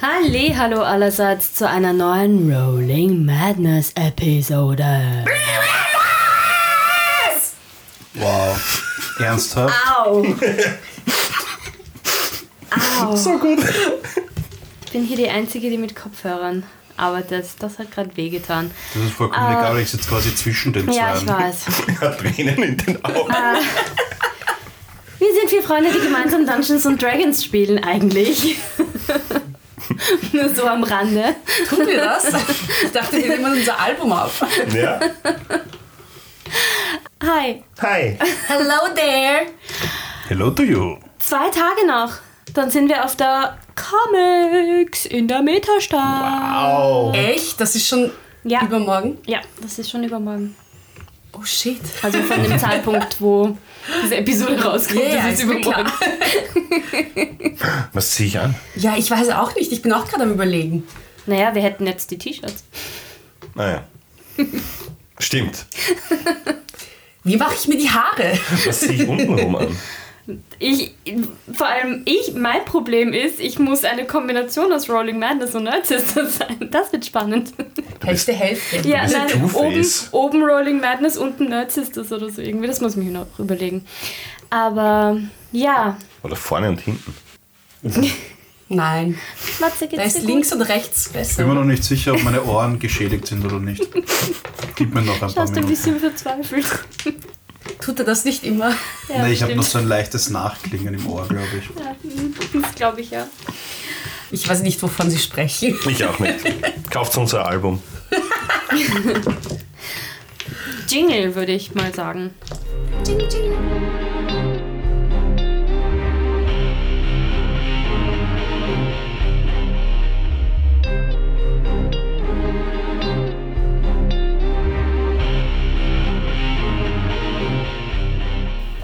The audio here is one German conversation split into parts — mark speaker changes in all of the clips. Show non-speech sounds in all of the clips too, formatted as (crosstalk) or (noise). Speaker 1: Halle, hallo allerseits zu einer neuen Rolling Madness Episode.
Speaker 2: Wow. Ernsthaft?
Speaker 1: Au! (laughs) Au! So gut. Ich bin hier die Einzige, die mit Kopfhörern arbeitet. Das hat gerade wehgetan.
Speaker 2: Das ist vollkommen egal, ich sitze quasi zwischen den
Speaker 1: Ah, Ja, ich
Speaker 2: zwei.
Speaker 1: weiß.
Speaker 3: hat Tränen in den Augen.
Speaker 1: Wir sind vier Freunde, die gemeinsam Dungeons und Dragons spielen (laughs) eigentlich. Nur so am Rande.
Speaker 4: Tun wir (laughs) das? Ich dachte, wir nehmen unser Album auf.
Speaker 3: Ja.
Speaker 1: Hi.
Speaker 3: Hi.
Speaker 4: Hello there!
Speaker 2: Hello to you.
Speaker 1: Zwei Tage noch. Dann sind wir auf der Comics in der Metastadt.
Speaker 3: Au.
Speaker 4: Echt? Das ist schon
Speaker 1: Ja.
Speaker 4: übermorgen?
Speaker 1: Ja, das ist schon übermorgen.
Speaker 4: Oh shit.
Speaker 1: Also von dem Zeitpunkt, wo diese Episode rauskommt,
Speaker 4: Ja, ja,
Speaker 1: das ist
Speaker 4: ist mir
Speaker 1: übermorgen.
Speaker 3: Was zieh ich an?
Speaker 4: Ja, ich weiß auch nicht. Ich bin auch gerade am Überlegen.
Speaker 1: Naja, wir hätten jetzt die T-Shirts.
Speaker 3: Naja. Ah, Stimmt.
Speaker 4: Wie mache ich mir die Haare?
Speaker 3: Was zieh ich untenrum an?
Speaker 1: Ich, vor allem ich, mein Problem ist, ich muss eine Kombination aus Rolling Madness und Nerd Sisters sein. Das wird spannend.
Speaker 4: Hälfte, Hälfte.
Speaker 1: Ja,
Speaker 3: bist
Speaker 1: oben,
Speaker 3: Two-Face.
Speaker 1: oben Rolling Madness, unten Nerd Sisters oder so irgendwie. Das muss ich mir noch überlegen. Aber ja,
Speaker 3: Oder vorne und hinten?
Speaker 4: Nein.
Speaker 1: Matze
Speaker 4: Da
Speaker 1: geht's
Speaker 4: ist
Speaker 1: dir
Speaker 4: links und rechts
Speaker 2: Ich bin mir
Speaker 4: besser.
Speaker 2: noch nicht sicher, ob meine Ohren geschädigt sind oder nicht. Gib mir noch ein
Speaker 1: gut?
Speaker 2: paar
Speaker 1: Hast du ein bisschen
Speaker 2: Minuten.
Speaker 1: verzweifelt?
Speaker 4: Tut er das nicht immer?
Speaker 1: Ja,
Speaker 2: nee, ich habe
Speaker 1: stimmt.
Speaker 2: noch so ein leichtes Nachklingen im Ohr, glaube ich.
Speaker 1: Ja, Das glaube ich ja.
Speaker 4: Ich weiß nicht, wovon Sie sprechen.
Speaker 3: Ich auch nicht. Kauft unser Album.
Speaker 1: Jingle würde ich mal sagen.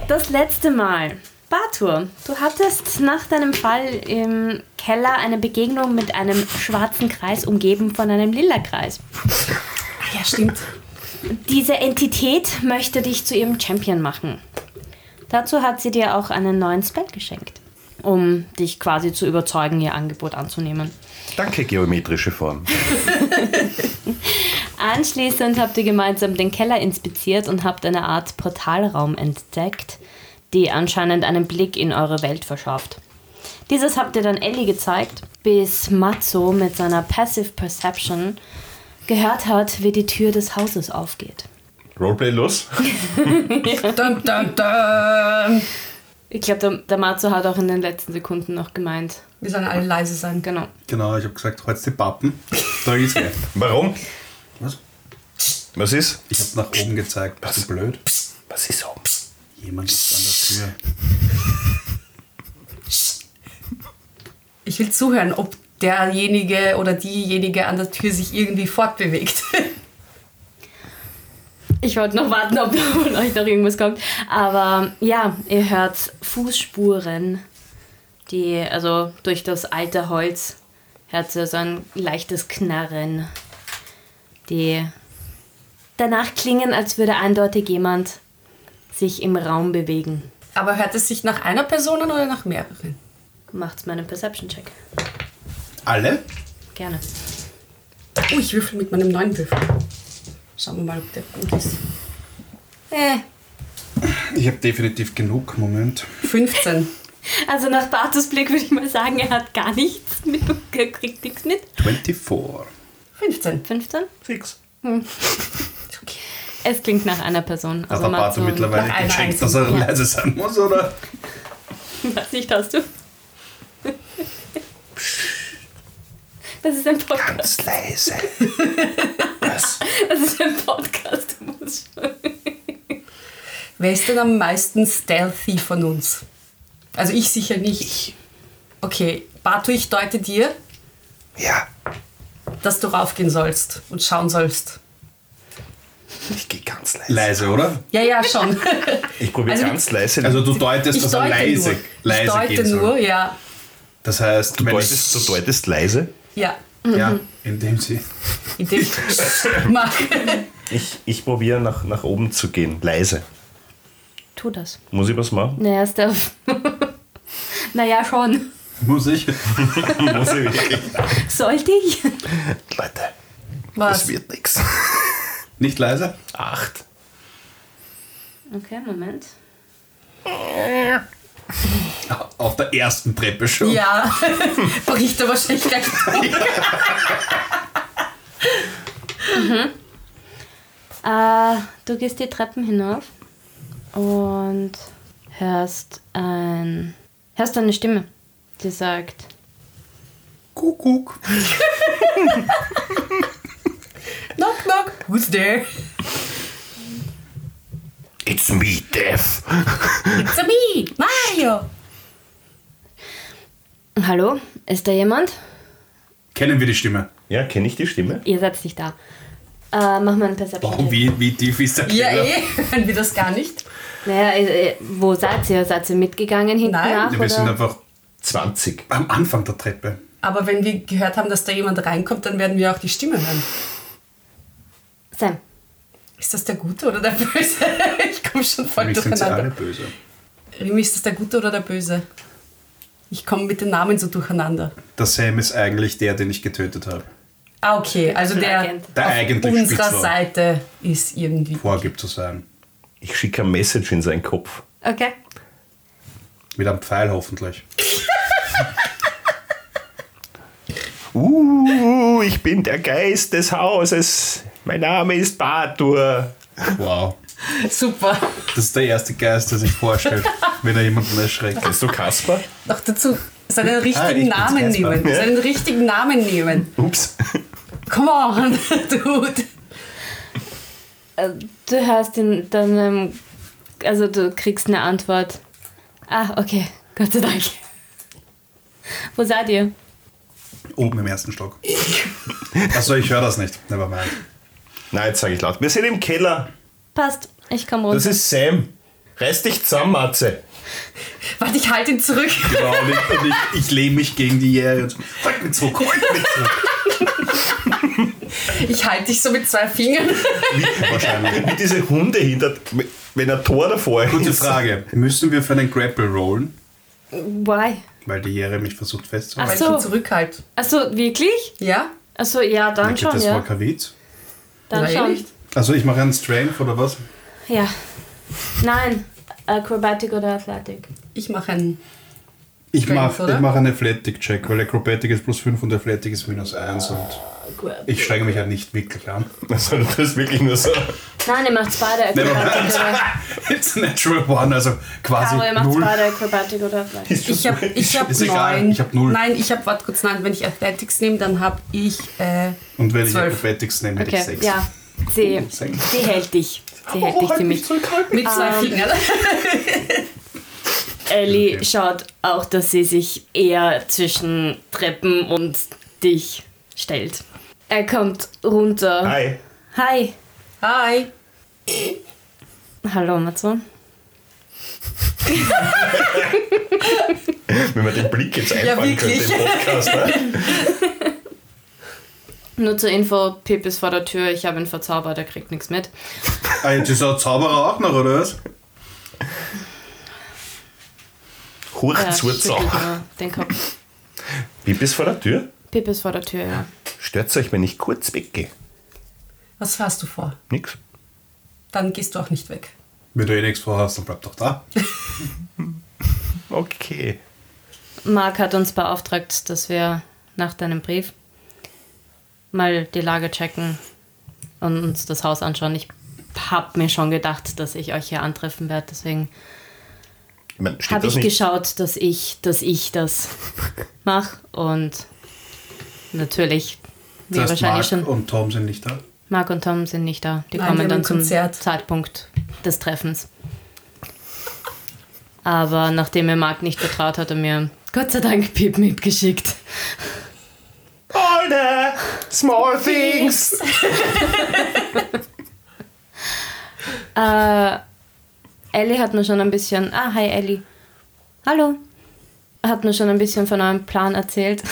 Speaker 1: Das letzte Mal. Bartur, du hattest nach deinem Fall im Keller eine Begegnung mit einem schwarzen Kreis umgeben von einem lila Kreis.
Speaker 4: Ah, ja, stimmt.
Speaker 1: Diese Entität möchte dich zu ihrem Champion machen. Dazu hat sie dir auch einen neuen Spell geschenkt, um dich quasi zu überzeugen, ihr Angebot anzunehmen.
Speaker 3: Danke, geometrische Form.
Speaker 1: Anschließend habt ihr gemeinsam den Keller inspiziert und habt eine Art Portalraum entdeckt, die anscheinend einen Blick in eure Welt verschafft. Dieses habt ihr dann Ellie gezeigt, bis Matzo mit seiner Passive Perception gehört hat, wie die Tür des Hauses aufgeht.
Speaker 3: Roleplay los?
Speaker 4: Dum, dum, dum.
Speaker 1: Ich glaube, der, der Matzo hat auch in den letzten Sekunden noch gemeint.
Speaker 4: Wir sollen alle leise sein.
Speaker 1: Genau.
Speaker 2: Genau, ich habe gesagt, heute die Pappen. Da ist er.
Speaker 3: Warum?
Speaker 2: Was?
Speaker 3: Was ist?
Speaker 2: Ich habe nach oben gezeigt. Bist du blöd?
Speaker 3: Was ist oben?
Speaker 2: Jemand ist an der Tür.
Speaker 4: Ich will zuhören, ob derjenige oder diejenige an der Tür sich irgendwie fortbewegt. (laughs)
Speaker 1: Ich wollte noch warten, ob von euch noch irgendwas kommt. Aber ja, ihr hört Fußspuren, die, also durch das alte Holz, hört ihr so ein leichtes Knarren, die danach klingen, als würde eindeutig jemand sich im Raum bewegen.
Speaker 4: Aber hört es sich nach einer Person an oder nach mehreren?
Speaker 1: Macht's meinen Perception-Check.
Speaker 2: Alle?
Speaker 1: Gerne.
Speaker 4: Oh, ich würfel mit meinem neuen Würfel. Schauen wir mal, ob der gut ist. Äh,
Speaker 2: Ich habe definitiv genug. Moment.
Speaker 4: 15. (laughs)
Speaker 1: Also nach Bartos Blick würde ich mal sagen, er hat gar nichts mit, er kriegt nichts mit.
Speaker 2: 24.
Speaker 4: 15.
Speaker 1: 15?
Speaker 3: Six.
Speaker 4: Ist Okay.
Speaker 1: Es klingt nach einer Person. Also
Speaker 2: Hat der Bartel
Speaker 1: Matzo-
Speaker 2: mittlerweile
Speaker 4: nach einer
Speaker 2: gecheckt, dass er
Speaker 4: einzigen, ja.
Speaker 2: leise sein muss, oder?
Speaker 1: (laughs) Was nicht hast du? Das ist ein Podcast.
Speaker 3: Ganz leise. Was?
Speaker 1: Das ist ein Podcast. Du musst schon.
Speaker 4: Wer ist denn am meisten stealthy von uns? Also ich sicher nicht. Okay, Batu, ich deute dir,
Speaker 3: Ja.
Speaker 4: dass du raufgehen sollst und schauen sollst.
Speaker 3: Ich gehe ganz leise.
Speaker 2: Leise, oder?
Speaker 4: Ja, ja, (laughs) schon.
Speaker 3: Ich probiere
Speaker 4: Also,
Speaker 3: ganz leise.
Speaker 2: Also du deutest, dass er leise,
Speaker 4: nur.
Speaker 2: leise
Speaker 4: ich
Speaker 2: gehen
Speaker 4: deute
Speaker 2: soll.
Speaker 4: nur, ja.
Speaker 2: Das heißt,
Speaker 3: du,
Speaker 2: wenn
Speaker 3: deutest, du deutest leise?
Speaker 4: Ja.
Speaker 2: ich, ja,
Speaker 4: Mhm.
Speaker 2: indem sie (laughs)
Speaker 4: Idee. Mach.
Speaker 3: Ich, ich probiere nach, nach oben zu gehen. Leise.
Speaker 1: Tu das.
Speaker 3: Muss ich was machen? (laughs)
Speaker 1: (laughs) Naja, Steph. naja, schon.
Speaker 2: Muss ich?
Speaker 3: Muss ich wirklich.
Speaker 1: Sollte ich?
Speaker 3: Leute,
Speaker 4: Was?
Speaker 3: das wird nichts.
Speaker 2: Nicht leise?
Speaker 3: Acht.
Speaker 1: Okay, Moment.
Speaker 2: Auf der ersten Treppe schon.
Speaker 4: Ja, (laughs) bricht er wahrscheinlich gleich.
Speaker 1: Äh, du gehst die Treppen hinauf und hörst, ein, hörst eine Stimme, die sagt,
Speaker 2: Kuckuck.
Speaker 4: knock, knock. Who's there?
Speaker 3: It's me, Death.
Speaker 4: It's me, Mario.
Speaker 1: Hallo, ist da jemand?
Speaker 2: Kennen wir die Stimme?
Speaker 3: Ja, kenne ich die Stimme?
Speaker 1: Ihr seid nicht da. Äh, mach mal einen Perception.
Speaker 2: Wow, wie, wie tief ist der
Speaker 4: Ja,
Speaker 2: Keller?
Speaker 4: eh, hören wir das gar nicht.
Speaker 1: Naja, äh, äh, wo seid ihr? Seid ihr mitgegangen hinten nach?
Speaker 4: Nein.
Speaker 2: Ja, Also wir sind
Speaker 1: Oder?
Speaker 2: einfach
Speaker 3: 20.
Speaker 2: am Anfang der Treppe.
Speaker 4: Aber wenn wir gehört haben, dass da jemand reinkommt, dann werden wir auch die Stimme hören.
Speaker 1: Sam,
Speaker 4: Ist das der Gute oder der Böse? (laughs) Ich komme schon
Speaker 2: Für
Speaker 4: voll
Speaker 2: mich sind sie alle
Speaker 4: durcheinander.
Speaker 2: böse.
Speaker 4: Rimi, ist das der Gute oder der Böse? Ich komme mit den Namen so durcheinander.
Speaker 2: Der Sam ist eigentlich der, den ich getötet habe.
Speaker 4: Ah, okay, also der
Speaker 1: Agent.
Speaker 2: Der
Speaker 4: auf
Speaker 2: eigentlich
Speaker 4: unserer
Speaker 2: Spitzel.
Speaker 4: Seite ist irgendwie.
Speaker 2: Vorgibt zu sein.
Speaker 3: Ich schicke ein Message in seinen Kopf.
Speaker 1: okay.
Speaker 2: Mit einem Pfeil hoffentlich.
Speaker 3: Uh, ich bin der Geist des Hauses. Mein Name ist Bartur.
Speaker 2: Wow.
Speaker 4: Super.
Speaker 2: Das ist der erste Geist, der sich vorstellt, (laughs) wenn er jemanden erschreckt.
Speaker 3: Bist du Kasper?
Speaker 4: Noch dazu seinen richtigen
Speaker 2: Ah, bin's,
Speaker 4: Namen
Speaker 2: Kasper.
Speaker 4: nehmen.
Speaker 3: Ja.
Speaker 4: Seinen richtigen Namen nehmen.
Speaker 3: Ups.
Speaker 4: Come on, (laughs) dude.
Speaker 1: Äh, Du hörst in deinem, also du kriegst eine Antwort. Ah, okay, Gott sei Dank. Wo seid ihr?
Speaker 2: Oben im ersten Stock. Achso, ich höre das nicht. Nevermind.
Speaker 3: Nein, jetzt sage ich laut. Wir sind im Keller.
Speaker 1: Passt, ich komme runter.
Speaker 3: Das ist Sam. Reiß dich zusammen, Matze.
Speaker 4: Warte, ich halte ihn zurück.
Speaker 2: Genau, und ich, und ich, ich lehne mich gegen die Jäger und so, halt mich zurück, halt mich zurück.
Speaker 4: Ich halte dich so mit zwei Fingern.
Speaker 2: Wahrscheinlich.
Speaker 3: Wie diese Hunde hinter, wenn ein Tor davor ist.
Speaker 2: Gute Frage. Müssen wir für einen Grapple rollen?
Speaker 1: Why?
Speaker 2: Weil die Jäger mich versucht
Speaker 4: Weil
Speaker 2: festzuhalten.
Speaker 4: ich
Speaker 1: so.
Speaker 4: ihn zurückhalte.
Speaker 1: Achso, wirklich?
Speaker 4: Ja?
Speaker 1: Achso, ja, dann
Speaker 2: Denke,
Speaker 1: schon,
Speaker 2: das war
Speaker 1: ja.
Speaker 2: kein Witz.
Speaker 1: Dann
Speaker 4: Nein,
Speaker 1: schon.
Speaker 4: nicht.
Speaker 2: Also ich mache einen Strength oder was?
Speaker 1: Ja. Nein, Acrobatic oder Athletic.
Speaker 4: Ich mache einen.
Speaker 2: Ich
Speaker 4: Strength,
Speaker 2: mache
Speaker 4: oder?
Speaker 2: ich mach einen Athletic-Check, weil Acrobatic ist plus 5 und Athletic ist minus 1 und ich strenge mich ja nicht wirklich an. (laughs)
Speaker 3: Also, das ist wirklich nur so.
Speaker 1: Nein, ihr macht beide Acrobatic oder...
Speaker 2: It's a natural one, also quasi
Speaker 1: Caro, ihr macht
Speaker 2: null.
Speaker 1: beide Acrobatic oder
Speaker 2: (laughs)
Speaker 1: Athletic.
Speaker 4: Ich habe ich hab
Speaker 2: Ist egal,
Speaker 4: neun.
Speaker 2: ich hab null.
Speaker 4: Nein, ich habe, warte kurz, nein, wenn ich Athletics nehme, dann habe ich, äh,
Speaker 2: Und wenn ich
Speaker 4: Zwölf.
Speaker 2: Acrobatics nehme, hätte ich
Speaker 1: Okay,
Speaker 2: 6.
Speaker 1: ja. Sie,
Speaker 2: Sechs. Oh, halt
Speaker 1: sie hält dich. Sie hält dich ziemlich.
Speaker 4: mit zwei Fingern. (laughs)
Speaker 1: Ellie
Speaker 2: Okay.
Speaker 1: schaut auch, dass sie sich eher zwischen Treppen und dich stellt. Er kommt runter.
Speaker 3: Hi.
Speaker 1: Hi.
Speaker 4: Hi.
Speaker 1: Hallo, Amazon.
Speaker 3: Wenn man den Blick jetzt einfangen könnte
Speaker 4: wirklich.
Speaker 3: im Podcast. Ne?
Speaker 1: Nur zur Info, Pip ist vor der Tür, ich habe ihn verzaubert, er kriegt nichts mit.
Speaker 2: Ah, jetzt ist er Zauberer auch noch, oder was?
Speaker 3: Hoch
Speaker 1: Er
Speaker 3: zur
Speaker 1: schüttelt
Speaker 4: genau.
Speaker 3: Zauber.
Speaker 1: nur den Kopf.
Speaker 3: Wie bist vor der Tür?
Speaker 1: Pip ist vor der Tür, ja.
Speaker 3: Stört's euch, wenn ich kurz weggehe?
Speaker 4: Was hast du vor?
Speaker 3: Nix.
Speaker 4: Dann gehst du auch nicht weg.
Speaker 2: Wenn du eh nichts vorhast, dann bleib doch da.
Speaker 3: Okay.
Speaker 1: Mark hat uns beauftragt, dass wir nach deinem Brief mal die Lage checken und uns das Haus anschauen. Ich habe mir schon gedacht, dass ich euch hier antreffen werde, deswegen
Speaker 3: Ich meine, steht
Speaker 1: habe
Speaker 3: das
Speaker 1: ich
Speaker 3: nicht?
Speaker 1: geschaut, dass ich, dass ich
Speaker 3: (laughs)
Speaker 1: das mache und natürlich wir
Speaker 2: Das heißt, Mark
Speaker 1: wahrscheinlich schon.
Speaker 2: und Tom sind nicht da.
Speaker 1: Mark und Tom sind nicht da. Die
Speaker 4: Nein, wir
Speaker 1: kommen
Speaker 4: haben
Speaker 1: dann
Speaker 4: ein
Speaker 1: zum
Speaker 4: Konzert.
Speaker 1: Zeitpunkt des Treffens. Aber nachdem er Mark nicht vertraut, hat er mir Gott sei Dank Pip mitgeschickt.
Speaker 3: All the small things.
Speaker 1: Äh, Ellie hat mir schon ein bisschen. Ah, hi Ellie. Hallo. Hat mir schon ein bisschen von eurem Plan erzählt.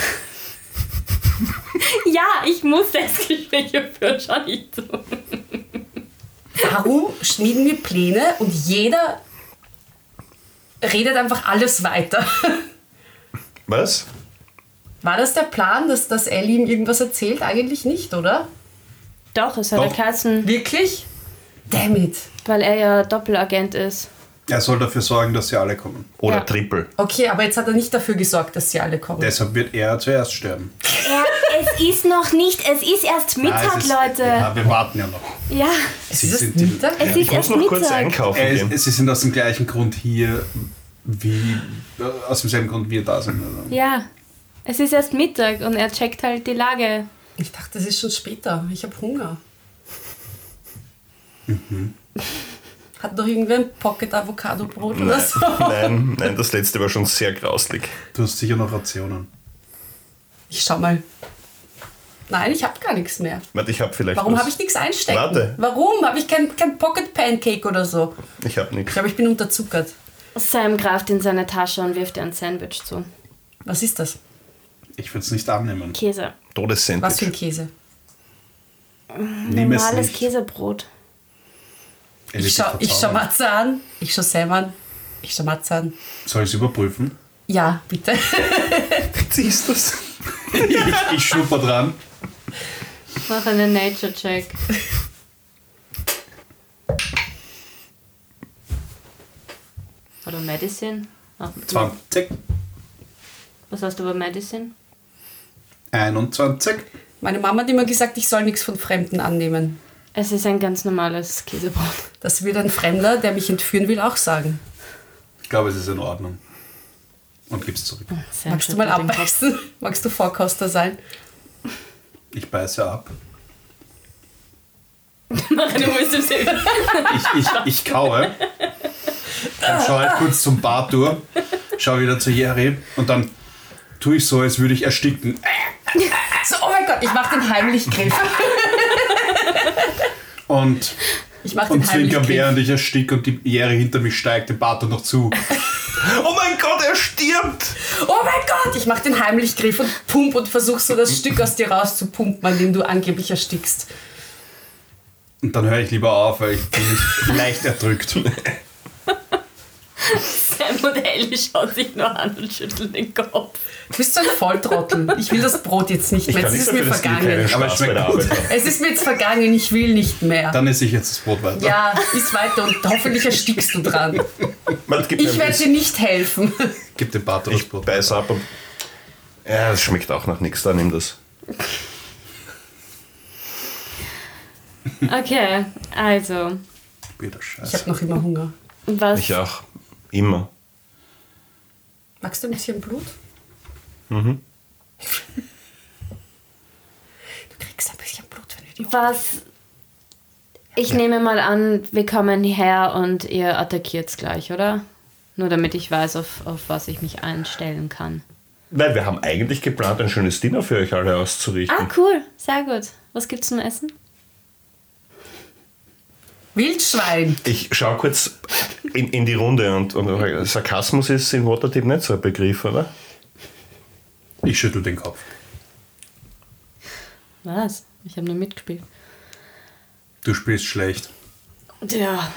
Speaker 1: (laughs) ja, ich muss Selbstgespräche führen, schau nicht zu.
Speaker 4: Warum schmieden wir Pläne und jeder redet einfach alles weiter?
Speaker 3: Was?
Speaker 4: (laughs) War das der Plan, dass, dass Ellie ihm irgendwas erzählt? Eigentlich nicht, oder?
Speaker 1: Doch, es hat
Speaker 2: Doch.
Speaker 1: er Katzen,
Speaker 4: Wirklich? Damn it.
Speaker 1: weil er ja Doppelagent ist.
Speaker 2: Er soll dafür sorgen, dass sie alle kommen.
Speaker 3: Oder
Speaker 1: Ja.
Speaker 3: Triple?
Speaker 4: Okay, aber jetzt hat er nicht dafür gesorgt, dass sie alle kommen.
Speaker 2: Deshalb wird er zuerst sterben.
Speaker 1: Ja, es ist noch nicht, es ist erst Mittag,
Speaker 2: Ah, es ist-
Speaker 1: Leute.
Speaker 2: Ja, wir warten ja noch.
Speaker 1: Ja,
Speaker 4: Es
Speaker 2: Sie
Speaker 4: ist
Speaker 2: sind die-
Speaker 4: Mittag?
Speaker 1: es
Speaker 3: Ich
Speaker 1: ist
Speaker 3: muss
Speaker 1: erst
Speaker 3: noch kurz
Speaker 1: Mittag.
Speaker 3: einkaufen
Speaker 2: Äh,
Speaker 3: gehen.
Speaker 2: es- sie sind aus dem gleichen Grund hier, wie äh, aus demselben Grund wir da sind. Also.
Speaker 1: Ja, es ist erst Mittag und er checkt halt die Lage.
Speaker 4: Ich dachte, es ist schon später. Ich habe Hunger.
Speaker 3: Mhm.
Speaker 4: Hat noch irgendwer ein Pocket Avocado Brot oder
Speaker 3: Nein.
Speaker 4: so?
Speaker 3: (laughs) nein, nein, das letzte war schon sehr grauslig.
Speaker 2: Du hast sicher noch Rationen.
Speaker 4: Ich schau mal. Nein, ich habe gar nichts mehr.
Speaker 3: Warte, ich habe vielleicht.
Speaker 4: Warum
Speaker 3: was.
Speaker 4: habe ich nichts einstecken?
Speaker 3: Warte.
Speaker 4: Warum? Habe ich kein, kein Pocket Pancake oder so?
Speaker 3: Ich habe nichts.
Speaker 4: Ich glaube, ich bin unterzuckert.
Speaker 1: Sam greift in seine Tasche und wirft ihr ein Sandwich zu.
Speaker 4: Was ist das?
Speaker 2: Ich würde es nicht annehmen.
Speaker 1: Käse.
Speaker 4: Was für ein
Speaker 3: Todessandwich.
Speaker 4: Käse?
Speaker 2: Nimm es
Speaker 1: Normales
Speaker 2: nicht.
Speaker 1: Käsebrot.
Speaker 2: Er wird
Speaker 4: Ich
Speaker 2: dich
Speaker 4: schau, ich schau
Speaker 2: verzaubern.
Speaker 4: Matze an. Ich schau Sam an. Ich schau Matze an.
Speaker 2: Soll ich es überprüfen?
Speaker 4: Ja, bitte. (laughs)
Speaker 3: Siehst du's?
Speaker 2: ich, ich schnupper dran.
Speaker 1: Mach einen Nature-Check. Oder Medicine? Ach,
Speaker 2: 20,
Speaker 1: Was hast du bei Medicine?
Speaker 2: 21.
Speaker 4: Meine Mama hat immer gesagt, ich soll nichts von Fremden annehmen.
Speaker 1: Es ist ein ganz normales Käsebrot.
Speaker 4: Das wird ein Fremder, der mich entführen will, auch sagen.
Speaker 2: Ich glaube, es ist in Ordnung. Und gib's zurück.
Speaker 1: Sam
Speaker 4: Magst du mal
Speaker 1: schüttelt den Kopf.
Speaker 4: abbeißen? (laughs) Magst du Vorkoster sein?
Speaker 2: Ich beiße
Speaker 4: (laughs)
Speaker 2: ab.
Speaker 1: Mach eine Wisdom Saving.
Speaker 2: Ich, ich, ich kaue. Dann schaue halt kurz zum Bart durch. Schaue wieder zu Jerry. Und dann tue ich so, als würde ich ersticken.
Speaker 4: So, oh mein Gott, ich mach den Heimlichgriff.
Speaker 2: Und,
Speaker 4: Ich mach
Speaker 2: und
Speaker 4: den
Speaker 2: zwinker
Speaker 4: Heimlichgriff.
Speaker 2: während ich ersticke und die Jerry hinter mich steigt, den Bart dann noch zu.
Speaker 3: Oh mein Gott, er stirbt!
Speaker 4: Oh mein Gott, ich mach den Heimlichgriff und pump und versuch so das Stück aus dir rauszupumpen, an dem du angeblich erstickst.
Speaker 2: Und dann höre ich lieber auf, weil ich bin mich leicht erdrückt.
Speaker 1: Sam und Ellie schauen sich nur an und schütteln den Kopf.
Speaker 4: Du bist so ein Volltrottel. Ich will das Brot jetzt nicht
Speaker 3: Ich
Speaker 4: mehr.
Speaker 3: kann
Speaker 4: Es
Speaker 3: nicht
Speaker 4: ist mir
Speaker 3: dafür, dass die keinen
Speaker 4: vergangen.
Speaker 2: Aber es
Speaker 3: Spaß bei der
Speaker 2: schmeckt gut.
Speaker 3: Arbeit haben.
Speaker 4: Es ist mir jetzt vergangen, ich will nicht mehr.
Speaker 2: Dann esse ich jetzt das Brot weiter.
Speaker 4: Ja, ist weiter und hoffentlich erstickst du dran.
Speaker 3: Man, gib mir
Speaker 4: Ich
Speaker 3: ein
Speaker 4: werde dir
Speaker 3: bisschen.
Speaker 4: nicht helfen. (laughs)
Speaker 2: Gib dem Bart das
Speaker 3: Ich
Speaker 2: Brot.
Speaker 3: beiß ab und. Ja, das schmeckt auch nach nichts, dann nimm das.
Speaker 1: Okay, also.
Speaker 2: Bitte
Speaker 4: Ich
Speaker 2: Scheiße.
Speaker 4: habe noch immer Hunger.
Speaker 1: Was?
Speaker 3: Ich auch. Immer.
Speaker 4: Magst du ein bisschen Blut? Mhm.
Speaker 3: Mhm.
Speaker 4: Du kriegst ein bisschen Blut, wenn du die
Speaker 1: Was? Ich nehme mal an, wir kommen her und ihr attackiert gleich, oder? Nur damit ich weiß, auf, auf was ich mich einstellen kann.
Speaker 3: Nein, wir haben eigentlich geplant, ein schönes Dinner für euch alle auszurichten.
Speaker 1: Ah, cool. Sehr gut. Was gibt's zum Essen?
Speaker 4: Wildschwein.
Speaker 3: Ich schaue kurz in, in die Runde und, und Sarkasmus ist in Waterdeep nicht so ein Begriff, oder?
Speaker 2: Ich schüttel den Kopf.
Speaker 1: Was? Ich habe nur mitgespielt.
Speaker 2: Du spielst schlecht.
Speaker 1: Ja.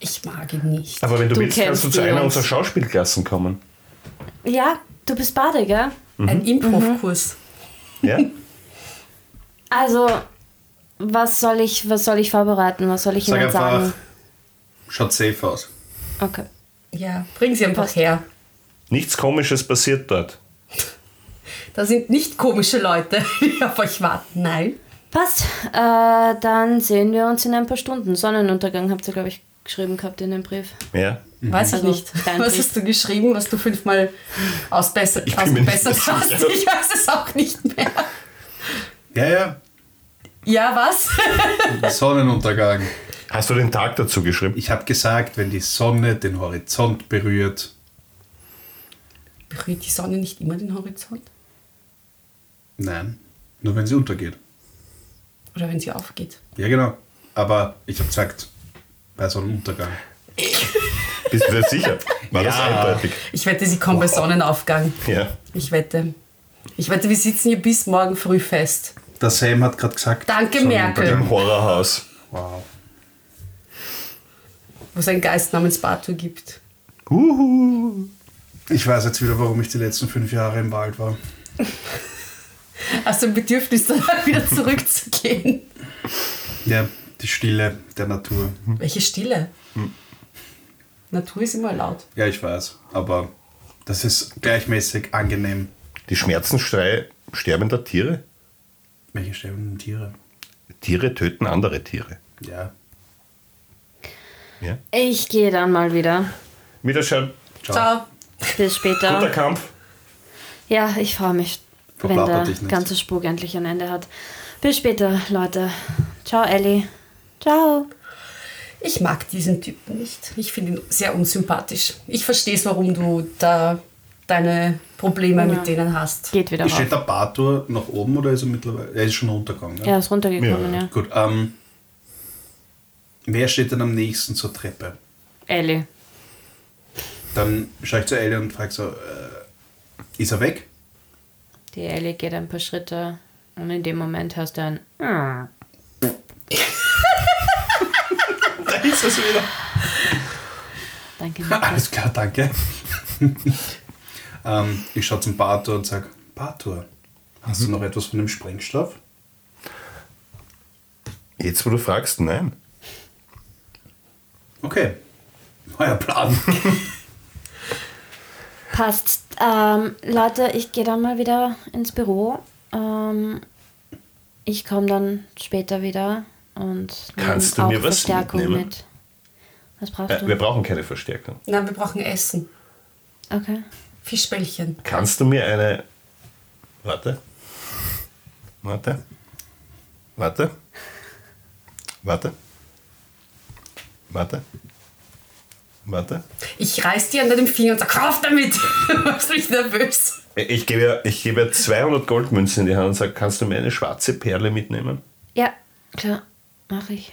Speaker 4: Ich mag ihn nicht.
Speaker 3: Aber wenn du,
Speaker 1: Du
Speaker 3: willst, kannst du
Speaker 1: kennst die
Speaker 3: zu einer
Speaker 1: Jungs.
Speaker 3: unserer Schauspielklassen kommen.
Speaker 1: Ja, du bist Bade, gell?
Speaker 3: mhm.
Speaker 4: Ein Improv-Kurs.
Speaker 3: Ja?
Speaker 1: Also, was soll ich, was soll ich vorbereiten? Was soll ich
Speaker 2: Sag
Speaker 1: ihnen
Speaker 2: einfach,
Speaker 1: sagen?
Speaker 2: schaut safe aus.
Speaker 1: Okay.
Speaker 4: Ja, bring sie einfach
Speaker 1: Passt.
Speaker 4: her.
Speaker 3: Nichts Komisches passiert dort.
Speaker 4: Da sind nicht komische Leute, (laughs) die auf euch warten. Nein.
Speaker 1: Passt. Äh, dann sehen wir uns in ein paar Stunden. Sonnenuntergang habt ihr, glaube ich, geschrieben gehabt in dem Brief.
Speaker 3: Ja?
Speaker 4: Weiß ich
Speaker 1: Also,
Speaker 4: nicht.
Speaker 1: dein
Speaker 4: Was
Speaker 1: Brief.
Speaker 4: hast du geschrieben, was du fünfmal ausbessert,
Speaker 3: Ich bin mir nicht
Speaker 4: ausgebessert
Speaker 3: sicher.
Speaker 4: hast? (laughs) Ich weiß es auch nicht mehr.
Speaker 2: Ja, ja.
Speaker 4: Ja, was?
Speaker 2: Sonnenuntergang.
Speaker 3: Hast du den Tag dazu geschrieben?
Speaker 2: Ich habe gesagt, wenn die Sonne den Horizont berührt.
Speaker 4: Berührt die Sonne nicht immer den Horizont?
Speaker 2: Nein, nur wenn sie untergeht.
Speaker 4: Oder wenn sie aufgeht?
Speaker 2: Ja, genau. Aber ich habe gesagt, bei Sonnenuntergang.
Speaker 3: Bist du dir sicher? War das
Speaker 2: Ja.
Speaker 3: eindeutig?
Speaker 4: Ich wette, sie kommen bei Sonnenaufgang.
Speaker 3: Ja.
Speaker 4: Ich wette. Ich wette, wir sitzen hier bis morgen früh fest.
Speaker 2: Der Sam hat gerade gesagt.
Speaker 4: Danke,
Speaker 2: Sonnenuntergang.
Speaker 3: Im Horrorhaus.
Speaker 2: Wow.
Speaker 4: Wo es einen Geist namens Batu gibt.
Speaker 3: Uhu.
Speaker 2: Ich weiß jetzt wieder, warum ich die letzten fünf Jahre im Wald war.
Speaker 4: Hast du ein Bedürfnis, (laughs) danach wieder zurückzugehen?
Speaker 2: Ja, die Stille der Natur.
Speaker 4: Welche Stille? Natur ist immer laut.
Speaker 2: Ja, ich weiß, aber das ist gleichmäßig angenehm.
Speaker 3: Die Schmerzensschrei sterbender Tiere?
Speaker 2: Welche sterbenden Tiere?
Speaker 3: Tiere töten andere Tiere.
Speaker 2: Ja.
Speaker 3: Ja?
Speaker 1: Ich gehe dann mal wieder.
Speaker 3: Wiederschauen.
Speaker 2: Ciao.
Speaker 4: Ciao.
Speaker 1: Bis später.
Speaker 3: Guter Kampf.
Speaker 1: Ja, ich freue mich, wenn der
Speaker 2: Verplapper dich nicht.
Speaker 1: ganze Spuk endlich ein Ende hat. Bis später, Leute. Ciao, Ellie. Ciao.
Speaker 4: Ich mag diesen Typen nicht. Ich finde ihn sehr unsympathisch. Ich verstehe es, warum du da deine Probleme mit denen hast.
Speaker 1: Geht wieder rauf.
Speaker 2: Steht der Bartur noch oben oder ist er mittlerweile? Er ist schon runtergegangen.
Speaker 1: Er ist runtergekommen,
Speaker 3: Ja.
Speaker 1: ja.
Speaker 2: Gut, ähm, wer steht denn am nächsten zur Treppe?
Speaker 1: Ellie.
Speaker 2: Dann schaue ich zu Ellie und frage so, äh, ist er weg? (laughs)
Speaker 1: Die Ellie geht ein paar Schritte und in dem Moment hörst du
Speaker 2: (laughs)
Speaker 1: ein "Mm".
Speaker 2: Da ist es wieder.
Speaker 1: Danke.
Speaker 2: Alles klar, danke. (laughs) ähm, ich schaue zum Bartur und sage, Bartur, hast du noch etwas von dem Sprengstoff?
Speaker 3: Jetzt, wo du fragst, nein.
Speaker 2: Okay, neuer Plan. (laughs)
Speaker 1: Passt. Ähm, Leute, ich gehe dann mal wieder ins Büro. Ähm, ich komme dann später wieder und nehm
Speaker 3: Kannst du
Speaker 1: auch
Speaker 3: mir was
Speaker 1: Verstärkung
Speaker 3: mitnehmen?
Speaker 1: mit. Was brauchst
Speaker 3: Äh,
Speaker 1: du?
Speaker 3: wir brauchen keine Verstärkung.
Speaker 4: Nein, wir brauchen Essen.
Speaker 1: Okay.
Speaker 4: Fischbällchen.
Speaker 3: Kannst du mir eine. Warte. Warte. Warte. Warte. Warte. Warte.
Speaker 4: Ich reiß dir an deinem Finger und sag, kauf damit! (laughs) Du machst mich nervös.
Speaker 3: Äh, Ich gebe ihr, ich gebe ihr 200 Goldmünzen in die Hand und sage, kannst du mir eine schwarze Perle mitnehmen?
Speaker 1: Ja, klar. Mache ich.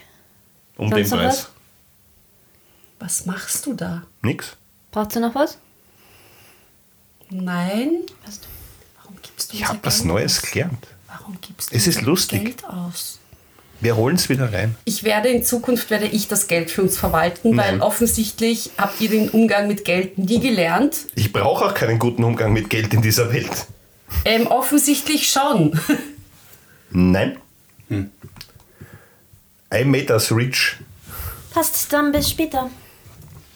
Speaker 3: Um
Speaker 1: Sonst
Speaker 3: den
Speaker 1: noch
Speaker 3: Preis.
Speaker 1: was?
Speaker 4: Was machst du da?
Speaker 3: Nix?
Speaker 1: Brauchst du noch was?
Speaker 4: Nein?
Speaker 1: Was du-
Speaker 4: Warum gibst du
Speaker 3: Ich
Speaker 4: unser
Speaker 3: habe was
Speaker 4: Geld
Speaker 3: Neues
Speaker 4: aus?
Speaker 3: gelernt.
Speaker 4: Warum gibst du
Speaker 3: Es ist
Speaker 4: unser
Speaker 3: lustig.
Speaker 4: Geld aus?
Speaker 3: Wir holen es wieder rein.
Speaker 4: Ich werde in Zukunft werde ich das Geld für uns verwalten, weil
Speaker 3: Nein.
Speaker 4: offensichtlich habt ihr den Umgang mit Geld nie gelernt.
Speaker 3: Ich brauche auch keinen guten Umgang mit Geld in dieser Welt.
Speaker 4: Ähm, offensichtlich schon. (laughs)
Speaker 3: Nein. Hm. I made us rich.
Speaker 1: Passt, dann bis später.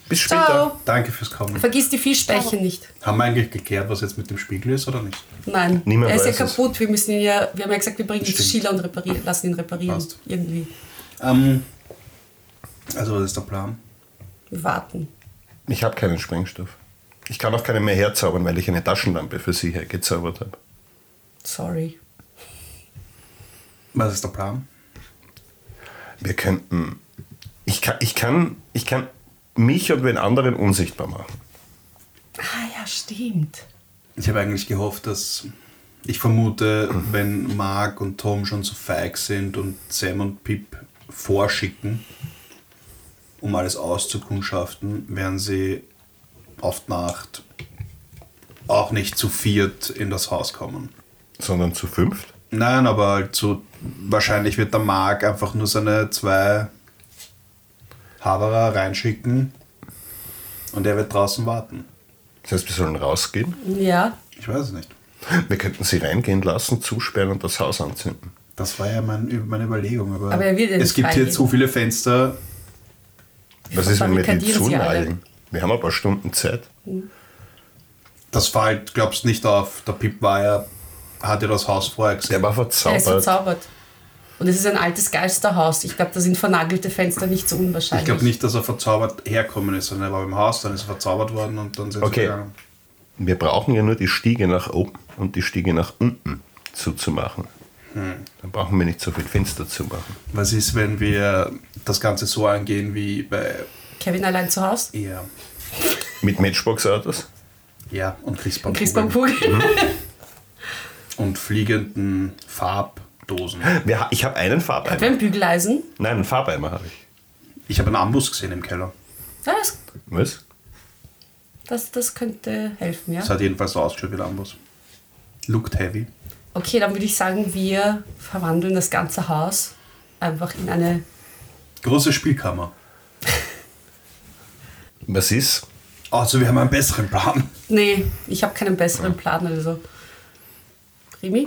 Speaker 3: Bis später.
Speaker 4: Ciao.
Speaker 2: danke fürs Kommen.
Speaker 4: Vergiss die Fischbällchen nicht.
Speaker 2: Haben wir eigentlich geklärt, was jetzt mit dem Spiegel ist oder nicht?
Speaker 4: Nein,
Speaker 3: Niemand
Speaker 4: er ist ja
Speaker 3: weiß es.
Speaker 4: kaputt. Wir müssen ihn ja, wir haben ja gesagt, wir bringen ihn zu
Speaker 2: Stimmt.
Speaker 4: Schiller und reparieren, lassen ihn reparieren.
Speaker 2: Passt.
Speaker 4: Irgendwie.
Speaker 2: Ähm, also, was ist der Plan?
Speaker 4: Wir warten.
Speaker 3: Ich habe keinen Sprengstoff. Ich kann auch keine mehr herzaubern, weil ich eine Taschenlampe für sie hergezaubert habe.
Speaker 4: Sorry.
Speaker 2: Was ist der Plan?
Speaker 3: Wir könnten. Ich kann, ich kann, ich kann mich und den anderen unsichtbar machen.
Speaker 4: Ah ja, stimmt.
Speaker 2: Ich habe eigentlich gehofft, dass ich vermute, wenn Mark und Tom schon so feig sind und Sam und Pip vorschicken, um alles auszukundschaften, werden sie auf die Nacht auch nicht zu viert in das Haus kommen.
Speaker 3: Sondern zu fünft?
Speaker 2: Nein, aber halt so, wahrscheinlich wird der Mark einfach nur seine zwei Haberer reinschicken und er wird draußen warten.
Speaker 3: Das heißt, wir sollen rausgehen.
Speaker 4: Ja,
Speaker 2: Ich weiß es nicht.
Speaker 3: Wir könnten sie reingehen lassen, zusperren und das Haus anzünden.
Speaker 2: Das war ja mein, meine Überlegung. Aber,
Speaker 4: Aber er wird ja
Speaker 2: es
Speaker 4: nicht
Speaker 2: gibt
Speaker 4: freigeben.
Speaker 2: jetzt so viele Fenster.
Speaker 3: Was ist, wenn wir die
Speaker 4: Verbarrikadieren sie alle.
Speaker 3: zunageln? Wir haben ein paar Stunden Zeit.
Speaker 2: Das fällt, glaubst nicht auf. Der Pip war ja, hat ja das Haus vorher
Speaker 3: Der
Speaker 2: gesehen.
Speaker 3: war
Speaker 4: er ist
Speaker 3: verzaubert.
Speaker 4: verzaubert. Und es ist ein altes Geisterhaus. Ich glaube, da sind vernagelte Fenster nicht so unwahrscheinlich.
Speaker 2: Ich glaube nicht, dass er verzaubert herkommen ist, sondern er war im Haus, dann ist er verzaubert worden und dann sind
Speaker 3: Okay.
Speaker 2: sie gegangen.
Speaker 3: Wir brauchen ja nur die Stiege nach oben und die Stiege nach unten zuzumachen. Dann brauchen wir nicht so viel Fenster zu machen.
Speaker 2: Was ist, wenn wir das Ganze so angehen wie bei
Speaker 4: Kevin allein zu Hause?
Speaker 2: er?
Speaker 3: Mit Matchbox-Autos?
Speaker 2: Ja, und
Speaker 4: Und kriegst
Speaker 2: Christbaum.
Speaker 4: beim Vogel.
Speaker 2: Mhm.
Speaker 4: (laughs)
Speaker 2: Und fliegenden Farbdosen.
Speaker 3: Wir, ha- ich habe einen Farbeimer.
Speaker 4: Wir haben Bügeleisen.
Speaker 3: Nein, einen Farbeimer habe ich.
Speaker 2: Ich habe einen Ambus gesehen im Keller.
Speaker 4: Ja, Das,
Speaker 3: Was?
Speaker 4: das, das könnte helfen, ja.
Speaker 2: Das hat jedenfalls so ausgeschaut wie der Ambus. Looked heavy.
Speaker 4: Okay, dann würde ich sagen, wir verwandeln das ganze Haus einfach in eine
Speaker 2: Große Spielkammer.
Speaker 3: Was ist,
Speaker 2: Also wir haben einen besseren Plan.
Speaker 4: Nee, ich habe keinen besseren Plan. Also. Rimi?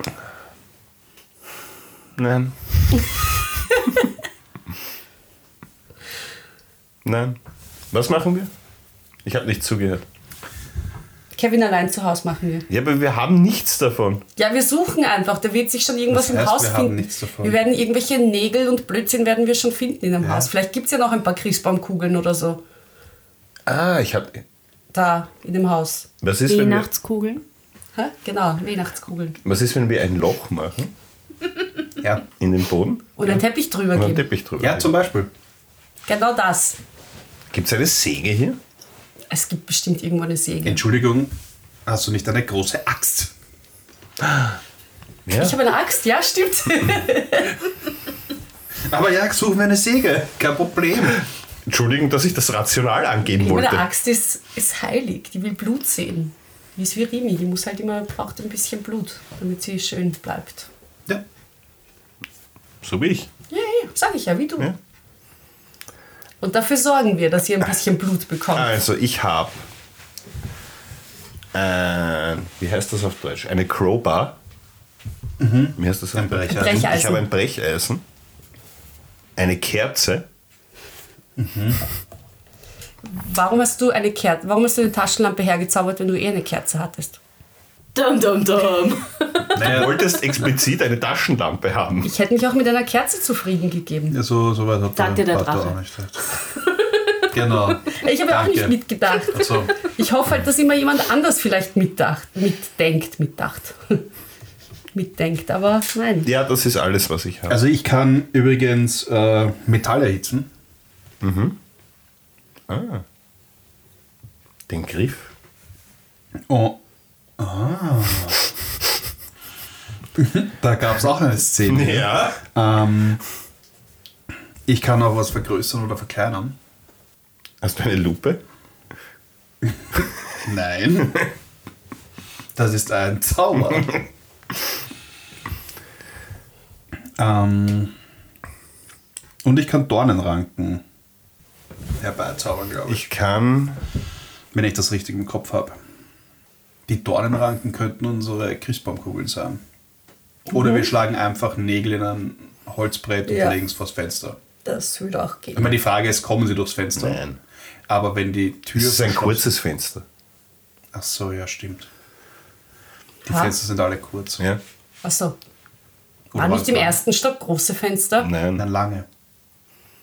Speaker 3: Nein. (laughs) Nein. Was machen wir? Ich habe nicht zugehört.
Speaker 4: Kevin allein zu Hause machen wir.
Speaker 3: Ja, aber wir haben nichts davon.
Speaker 4: Ja, wir suchen einfach. Da wird sich schon irgendwas
Speaker 2: Das
Speaker 4: im
Speaker 2: heißt,
Speaker 4: Haus
Speaker 2: wir haben
Speaker 4: finden.
Speaker 2: nichts davon.
Speaker 4: Wir werden irgendwelche Nägel und Blödsinn werden wir schon finden in einem
Speaker 2: Ja.
Speaker 4: Haus. Vielleicht gibt es ja noch ein paar Christbaumkugeln oder so.
Speaker 3: Ah, ich habe.
Speaker 4: Da, in dem Haus.
Speaker 3: Was ist, wenn wir,
Speaker 1: Weihnachtskugeln.
Speaker 4: Hä? Genau, Weihnachtskugeln.
Speaker 3: was ist, wenn wir ein Loch machen
Speaker 2: Ja.
Speaker 3: in den Boden
Speaker 4: Und einen Teppich drüber
Speaker 3: und einen
Speaker 4: geben.
Speaker 3: Teppich drüber?
Speaker 2: Ja, zum Beispiel.
Speaker 4: Genau das.
Speaker 3: Gibt es eine Säge hier?
Speaker 4: Es gibt bestimmt irgendwo eine Säge.
Speaker 2: Entschuldigung, hast du nicht eine große Axt?
Speaker 3: Ja.
Speaker 4: Ich habe eine Axt, ja, stimmt.
Speaker 2: Aber ja, suchen wir eine Säge. Kein Problem.
Speaker 3: Entschuldigung, dass ich das rational angehen wollte.
Speaker 4: Meine Axt ist, ist heilig, die will Blut sehen. Die ist wie Rimi, die muss halt immer, braucht ein bisschen Blut, damit sie schön bleibt.
Speaker 2: Ja.
Speaker 3: So wie ich.
Speaker 4: Ja, ja, sag ich ja, wie du.
Speaker 3: Ja.
Speaker 4: Und dafür sorgen wir, dass ihr ein bisschen Blut bekommt.
Speaker 3: Also ich habe, äh, wie heißt das auf Deutsch? Eine Crowbar. Wie heißt das auf
Speaker 2: Ein
Speaker 3: Deutsch?
Speaker 2: Brecher.
Speaker 4: Brecher.
Speaker 3: Ich habe ein Brecheisen, eine Kerze,
Speaker 4: Warum hast du eine Kerze, warum hast du eine Taschenlampe hergezaubert, wenn du eh eine Kerze hattest?
Speaker 1: Dum, dum, dum.
Speaker 3: Du
Speaker 2: Naja,
Speaker 3: wolltest explizit eine Taschenlampe haben.
Speaker 4: Ich hätte mich auch mit einer Kerze zufrieden gegeben.
Speaker 2: so, so weit hat
Speaker 1: Sagt dir der
Speaker 2: Vater
Speaker 1: Drache.
Speaker 2: auch nicht recht. Genau.
Speaker 4: (laughs) Ich habe ja auch nicht
Speaker 2: Danke.
Speaker 4: mitgedacht.
Speaker 2: Also,
Speaker 4: Ich hoffe halt, dass immer jemand anders vielleicht mitdacht, mitdenkt, mitdacht. (laughs) mitdenkt, aber nein.
Speaker 3: Ja, das ist alles, was ich habe.
Speaker 2: also ich kann übrigens äh, Metall erhitzen.
Speaker 3: ah. Den Griff.
Speaker 2: Oh. Ah. (laughs) da gab es auch eine Szene.
Speaker 3: Ja.
Speaker 2: Ähm, ich kann auch was vergrößern oder verkleinern.
Speaker 3: Hast du eine Lupe?
Speaker 2: Nein. Das ist ein Zauber. ähm, und ich kann Dornenranken herbeizaubern, glaube ich,
Speaker 3: Ich kann.
Speaker 2: wenn ich das richtig im Kopf habe. Die Dornenranken könnten unsere Christbaumkugeln sein. Oder wir schlagen einfach Nägel in ein Holzbrett und
Speaker 4: Ja.
Speaker 2: legen es vors Fenster.
Speaker 4: Das würde auch
Speaker 2: Ich
Speaker 4: gehen.
Speaker 2: meine, die Frage ist, kommen sie durchs Fenster?
Speaker 3: Nein.
Speaker 2: Aber wenn die Tür...
Speaker 3: Das ist ein
Speaker 2: verschlossen-
Speaker 3: kurzes Fenster.
Speaker 2: Ach so, ja, stimmt. Die
Speaker 4: Ha?
Speaker 2: Fenster sind alle kurz.
Speaker 3: Ja.
Speaker 4: Achso.
Speaker 2: Oder
Speaker 4: War nicht im
Speaker 2: lang?
Speaker 4: ersten Stock große Fenster?
Speaker 2: Nein,
Speaker 3: Nein.
Speaker 2: lange.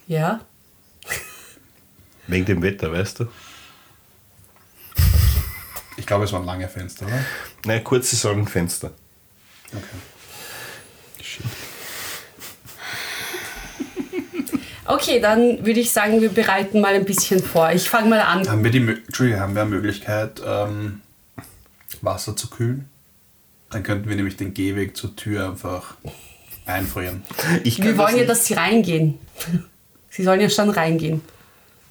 Speaker 4: Ja.
Speaker 3: Wegen dem Wetter, weißt du?
Speaker 2: Ich glaube, es waren lange Fenster, oder?
Speaker 3: Nein, kurzes Sonnenfenster.
Speaker 2: Okay.
Speaker 4: Okay, dann würde ich sagen, wir bereiten mal ein bisschen vor. Ich fange mal an.
Speaker 2: Haben wir die Mö- Entschuldigung, haben wir eine Möglichkeit, ähm, Wasser zu kühlen? Dann könnten wir nämlich den Gehweg zur Tür einfach einfrieren.
Speaker 3: Ich kann
Speaker 4: Wir
Speaker 3: das
Speaker 4: wollen ja,
Speaker 3: nicht.
Speaker 4: dass sie reingehen. (laughs) Sie sollen ja schon reingehen.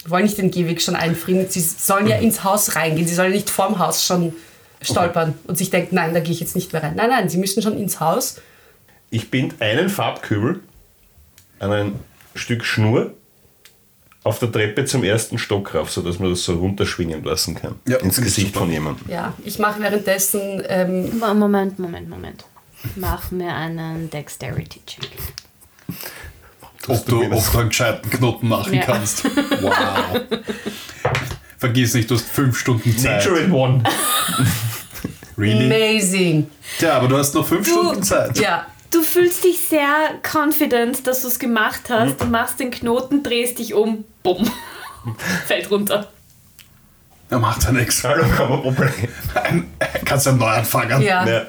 Speaker 4: Wir wollen nicht den Gehweg schon einfrieren. Sie sollen
Speaker 2: Mhm.
Speaker 4: ja ins Haus reingehen. Sie sollen nicht vorm Haus schon stolpern und sich denken, nein, da gehe ich jetzt nicht mehr rein. Nein, nein, sie müssen schon ins Haus.
Speaker 3: Ich bind einen Farbkübel an ein Stück Schnur auf der Treppe zum ersten Stock rauf, sodass man das so runterschwingen lassen kann.
Speaker 2: Ja,
Speaker 3: Ins
Speaker 2: finde ich
Speaker 3: Gesicht
Speaker 2: super.
Speaker 3: von jemandem.
Speaker 4: Ja, ich mache währenddessen ähm,
Speaker 1: Mo- Moment, Moment, Moment. Mach mir einen Dexterity-Check.
Speaker 2: Ob du,
Speaker 3: mir das-
Speaker 2: ob du einen gescheiten Knoten machen
Speaker 1: Ja.
Speaker 2: kannst. Wow. Vergiss nicht, du hast fünf Stunden Zeit.
Speaker 3: Nature in One. Hm.
Speaker 2: Really?
Speaker 4: amazing.
Speaker 2: Tja, aber du hast noch fünf
Speaker 1: Du-
Speaker 2: Stunden Zeit.
Speaker 4: Ja,
Speaker 1: Du fühlst dich sehr confident, dass du es gemacht hast. Du machst den Knoten, drehst dich um, bumm. Fällt runter.
Speaker 2: Er macht ja nichts.
Speaker 3: (laughs) Hallo, kein Problem.
Speaker 2: Ein- Kannst du einen Neuanfang an?
Speaker 4: ja.
Speaker 3: Ja.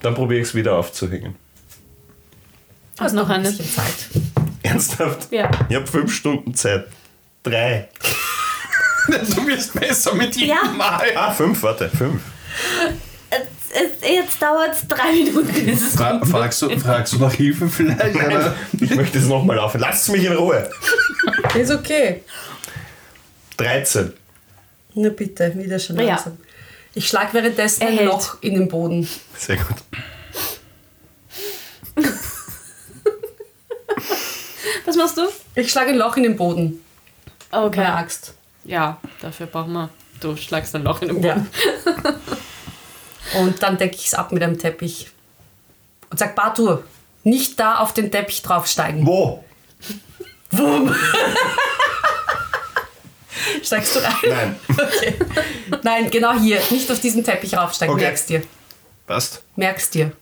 Speaker 3: Dann probiere ich es wieder aufzuhängen.
Speaker 1: Hast noch
Speaker 4: Ein
Speaker 1: eine?
Speaker 4: bisschen Zeit.
Speaker 3: Ernsthaft?
Speaker 1: Ja.
Speaker 3: Ich habe fünf Stunden Zeit. Drei.
Speaker 2: (laughs) Du wirst besser mit jedem
Speaker 1: Ja.
Speaker 2: Mal.
Speaker 3: Ah, fünf, warte, fünf.
Speaker 1: Jetzt, jetzt- jetzt dauert es drei Minuten, bis es
Speaker 2: Fra fragst, du, fragst du nach Hilfe vielleicht? Oder?
Speaker 3: Ich möchte es nochmal auf. Lasst mich in Ruhe.
Speaker 4: Ist okay.
Speaker 3: 13.
Speaker 4: Na bitte, wieder schon
Speaker 1: Ja.
Speaker 4: langsam. Ich schlage währenddessen
Speaker 1: Er
Speaker 4: ein
Speaker 1: hält.
Speaker 4: Loch in den Boden.
Speaker 3: Sehr gut.
Speaker 1: Was machst du?
Speaker 4: Ich schlage ein Loch in den Boden. Keine
Speaker 1: Oh, Okay.
Speaker 4: Axt.
Speaker 1: Ja, dafür brauchen wir. Du schlagst ein Loch in den
Speaker 4: Ja.
Speaker 1: Boden.
Speaker 4: (laughs) Und dann decke ich es ab mit einem Teppich. Und sag, Bartur, nicht da auf den Teppich draufsteigen.
Speaker 3: Wo?
Speaker 4: Steigst du rein?
Speaker 3: Nein.
Speaker 4: Nein, genau hier. Nicht auf diesen Teppich raufsteigen.
Speaker 3: Okay.
Speaker 4: Merkst dir.
Speaker 3: Passt.
Speaker 4: Merkst dir.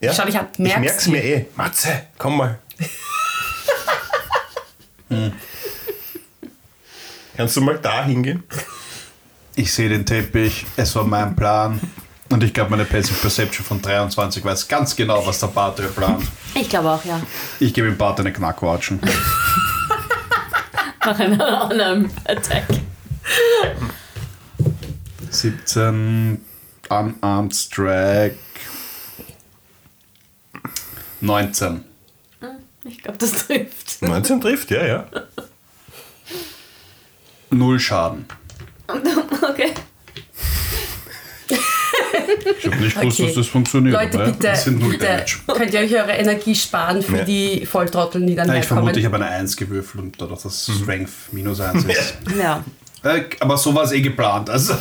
Speaker 3: Ja?
Speaker 4: Schau dich an.
Speaker 3: Ich
Speaker 4: Merkst
Speaker 3: merk's
Speaker 4: dir.
Speaker 3: mir eh. Matze, komm (laughs) mal. Hm. Kannst du mal da (laughs) hingehen?
Speaker 2: Ich sehe den Teppich, es war mein Plan. Und ich glaube, meine Passive Perception von 23 weiß ganz genau, was der Bart plant.
Speaker 1: Ich glaube auch, ja.
Speaker 2: Ich gebe dem Bart eine Knackwatschen.
Speaker 1: Nach einer anderen Attack.
Speaker 2: 17 Unarmed Strike 19.
Speaker 1: Ich glaube, das trifft. (laughs)
Speaker 3: 19 trifft, ja, ja.
Speaker 2: Null Schaden.
Speaker 1: Okay.
Speaker 2: Ich habe nicht gewusst,
Speaker 4: Okay.
Speaker 2: dass das funktioniert.
Speaker 4: Leute,
Speaker 2: aber, ja,
Speaker 4: bitte,
Speaker 2: das sind null
Speaker 4: bitte
Speaker 2: Damage.
Speaker 4: (laughs) könnt ihr euch eure Energie sparen für
Speaker 3: Ja.
Speaker 4: die Volltrotteln, die dann
Speaker 2: Ja, ich
Speaker 4: herkommen.
Speaker 2: vermute, ich habe eine 1 gewürfelt und dadurch das Strength minus 1 ist.
Speaker 1: Ja.
Speaker 2: Äh, aber so war es eh geplant. Also,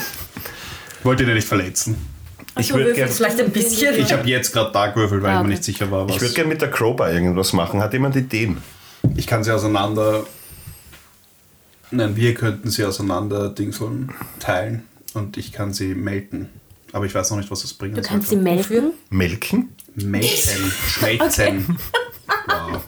Speaker 2: wollt ihr den nicht verletzen?
Speaker 3: Ich
Speaker 1: du
Speaker 3: würde
Speaker 1: würfelst
Speaker 3: gerne
Speaker 4: Vielleicht ein bisschen.
Speaker 2: Ich habe jetzt gerade da gewürfelt, weil
Speaker 1: Ah,
Speaker 2: ich
Speaker 1: okay.
Speaker 2: mir nicht sicher war, was.
Speaker 3: würd gern mit der Crowbar irgendwas machen. Hat jemand Ideen?
Speaker 2: Ich kann sie auseinander. Nein, wir könnten sie auseinander dingseln, teilen und ich kann sie melden. Aber ich weiß noch nicht, was das bringen
Speaker 1: Du kannst sie
Speaker 2: sollte.
Speaker 1: melken.
Speaker 3: Melken?
Speaker 2: Melden. Schmelzen. Wow.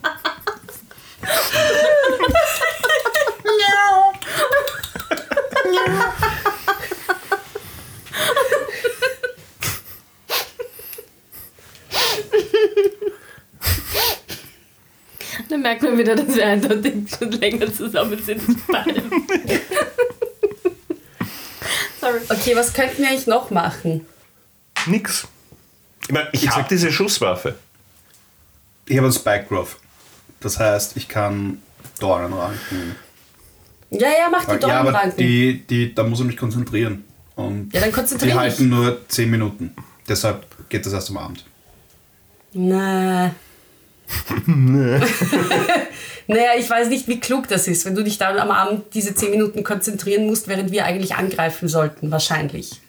Speaker 1: Dann merkt man wieder, dass wir eindeutig schon länger zusammen sind. Beide. Sorry.
Speaker 4: Okay, was könnten wir eigentlich noch machen?
Speaker 3: Nix. Ich meine, ich habe diese Schusswaffe.
Speaker 2: Ich habe einen Spike Growth. Das heißt, ich kann Dornen ranken.
Speaker 4: Ja, ja, mach die
Speaker 2: Ja, aber
Speaker 4: Dornenranken.
Speaker 2: die, die, da muss ich mich konzentrieren. Und
Speaker 4: Ja, dann
Speaker 2: die
Speaker 4: konzentrier dich.
Speaker 2: halten nur 10 Minuten. Deshalb geht das erst am Abend.
Speaker 4: Na.
Speaker 2: (laughs)
Speaker 4: (laughs) naja, ich weiß nicht, wie klug das ist, wenn du dich dann am Abend diese 10 Minuten konzentrieren musst, während wir eigentlich angreifen sollten, wahrscheinlich.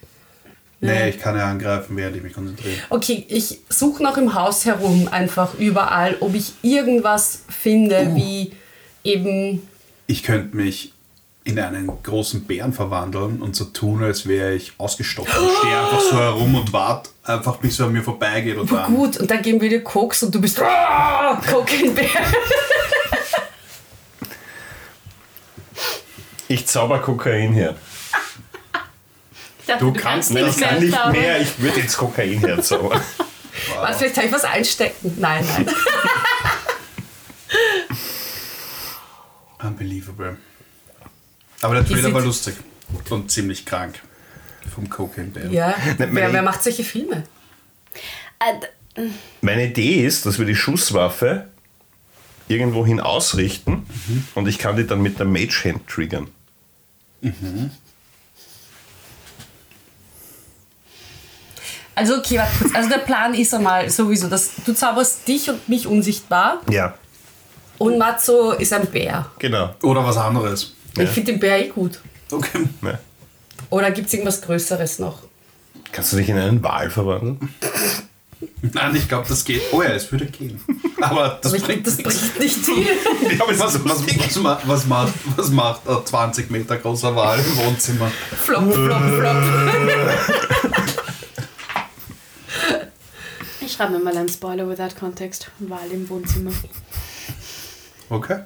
Speaker 2: Nee, ich kann ja angreifen, während ich mich konzentriere.
Speaker 4: Okay, ich suche noch im Haus herum, einfach überall, ob ich irgendwas finde,
Speaker 2: Uh.
Speaker 4: wie eben.
Speaker 2: Ich könnte mich in einen großen Bären verwandeln und so tun, als wäre ich ausgestopft und
Speaker 4: (gasps)
Speaker 2: stehe einfach so herum und warte einfach, bis er an mir vorbeigeht und dann.
Speaker 4: Gut, und dann geben wir dir Koks und du bist. Ah,
Speaker 2: (laughs)
Speaker 4: Cocaine Bear.
Speaker 3: Ich zauber Kokain her.
Speaker 1: Ich dachte,
Speaker 3: Du kannst nicht, ich kann nicht mehr. Ich würde jetzt Kokain (laughs) herzaubern.
Speaker 4: Was, vielleicht kann ich was einstecken. Nein, nein.
Speaker 2: (laughs) Unbelievable. Aber der Trailer
Speaker 4: sieht-
Speaker 2: war lustig und ziemlich krank. Vom Cocaine Bear.
Speaker 4: Ja.
Speaker 3: Nein,
Speaker 4: Wer,
Speaker 3: mein-
Speaker 4: wer macht solche Filme?
Speaker 1: Äh, d-
Speaker 3: Meine Idee ist, dass wir die Schusswaffe irgendwohin ausrichten
Speaker 2: Mhm.
Speaker 3: und ich kann die dann mit der Mage Hand triggern.
Speaker 4: Also, okay, warte kurz. Also, der Plan ist einmal sowieso, dass du zauberst dich und mich unsichtbar
Speaker 3: Ja,
Speaker 4: und Matzo ist ein Bär.
Speaker 3: genau.
Speaker 2: Oder was anderes.
Speaker 4: Ich finde den Bär eh gut.
Speaker 2: Okay.
Speaker 3: Ne?
Speaker 4: Oder gibt es irgendwas Größeres noch?
Speaker 3: Kannst du dich in einen Wal
Speaker 2: Hm?
Speaker 3: (laughs) verwandeln?
Speaker 2: Nein, ich glaube, das geht. Oh ja, es würde gehen.
Speaker 4: (laughs)
Speaker 2: Aber das
Speaker 4: Aber Also, ich
Speaker 2: bringt
Speaker 4: das
Speaker 2: nichts.
Speaker 4: bringt nicht viel.
Speaker 2: (laughs) Ich glaub, es ist lustig. was, was, ma- was macht, was macht ein 20 Meter großer Wal im Wohnzimmer?
Speaker 4: flop, flop, flop.
Speaker 2: (laughs)
Speaker 1: Äh, Ich schreibe mir mal einen Spoiler without context. Wahl im Wohnzimmer.
Speaker 2: Okay.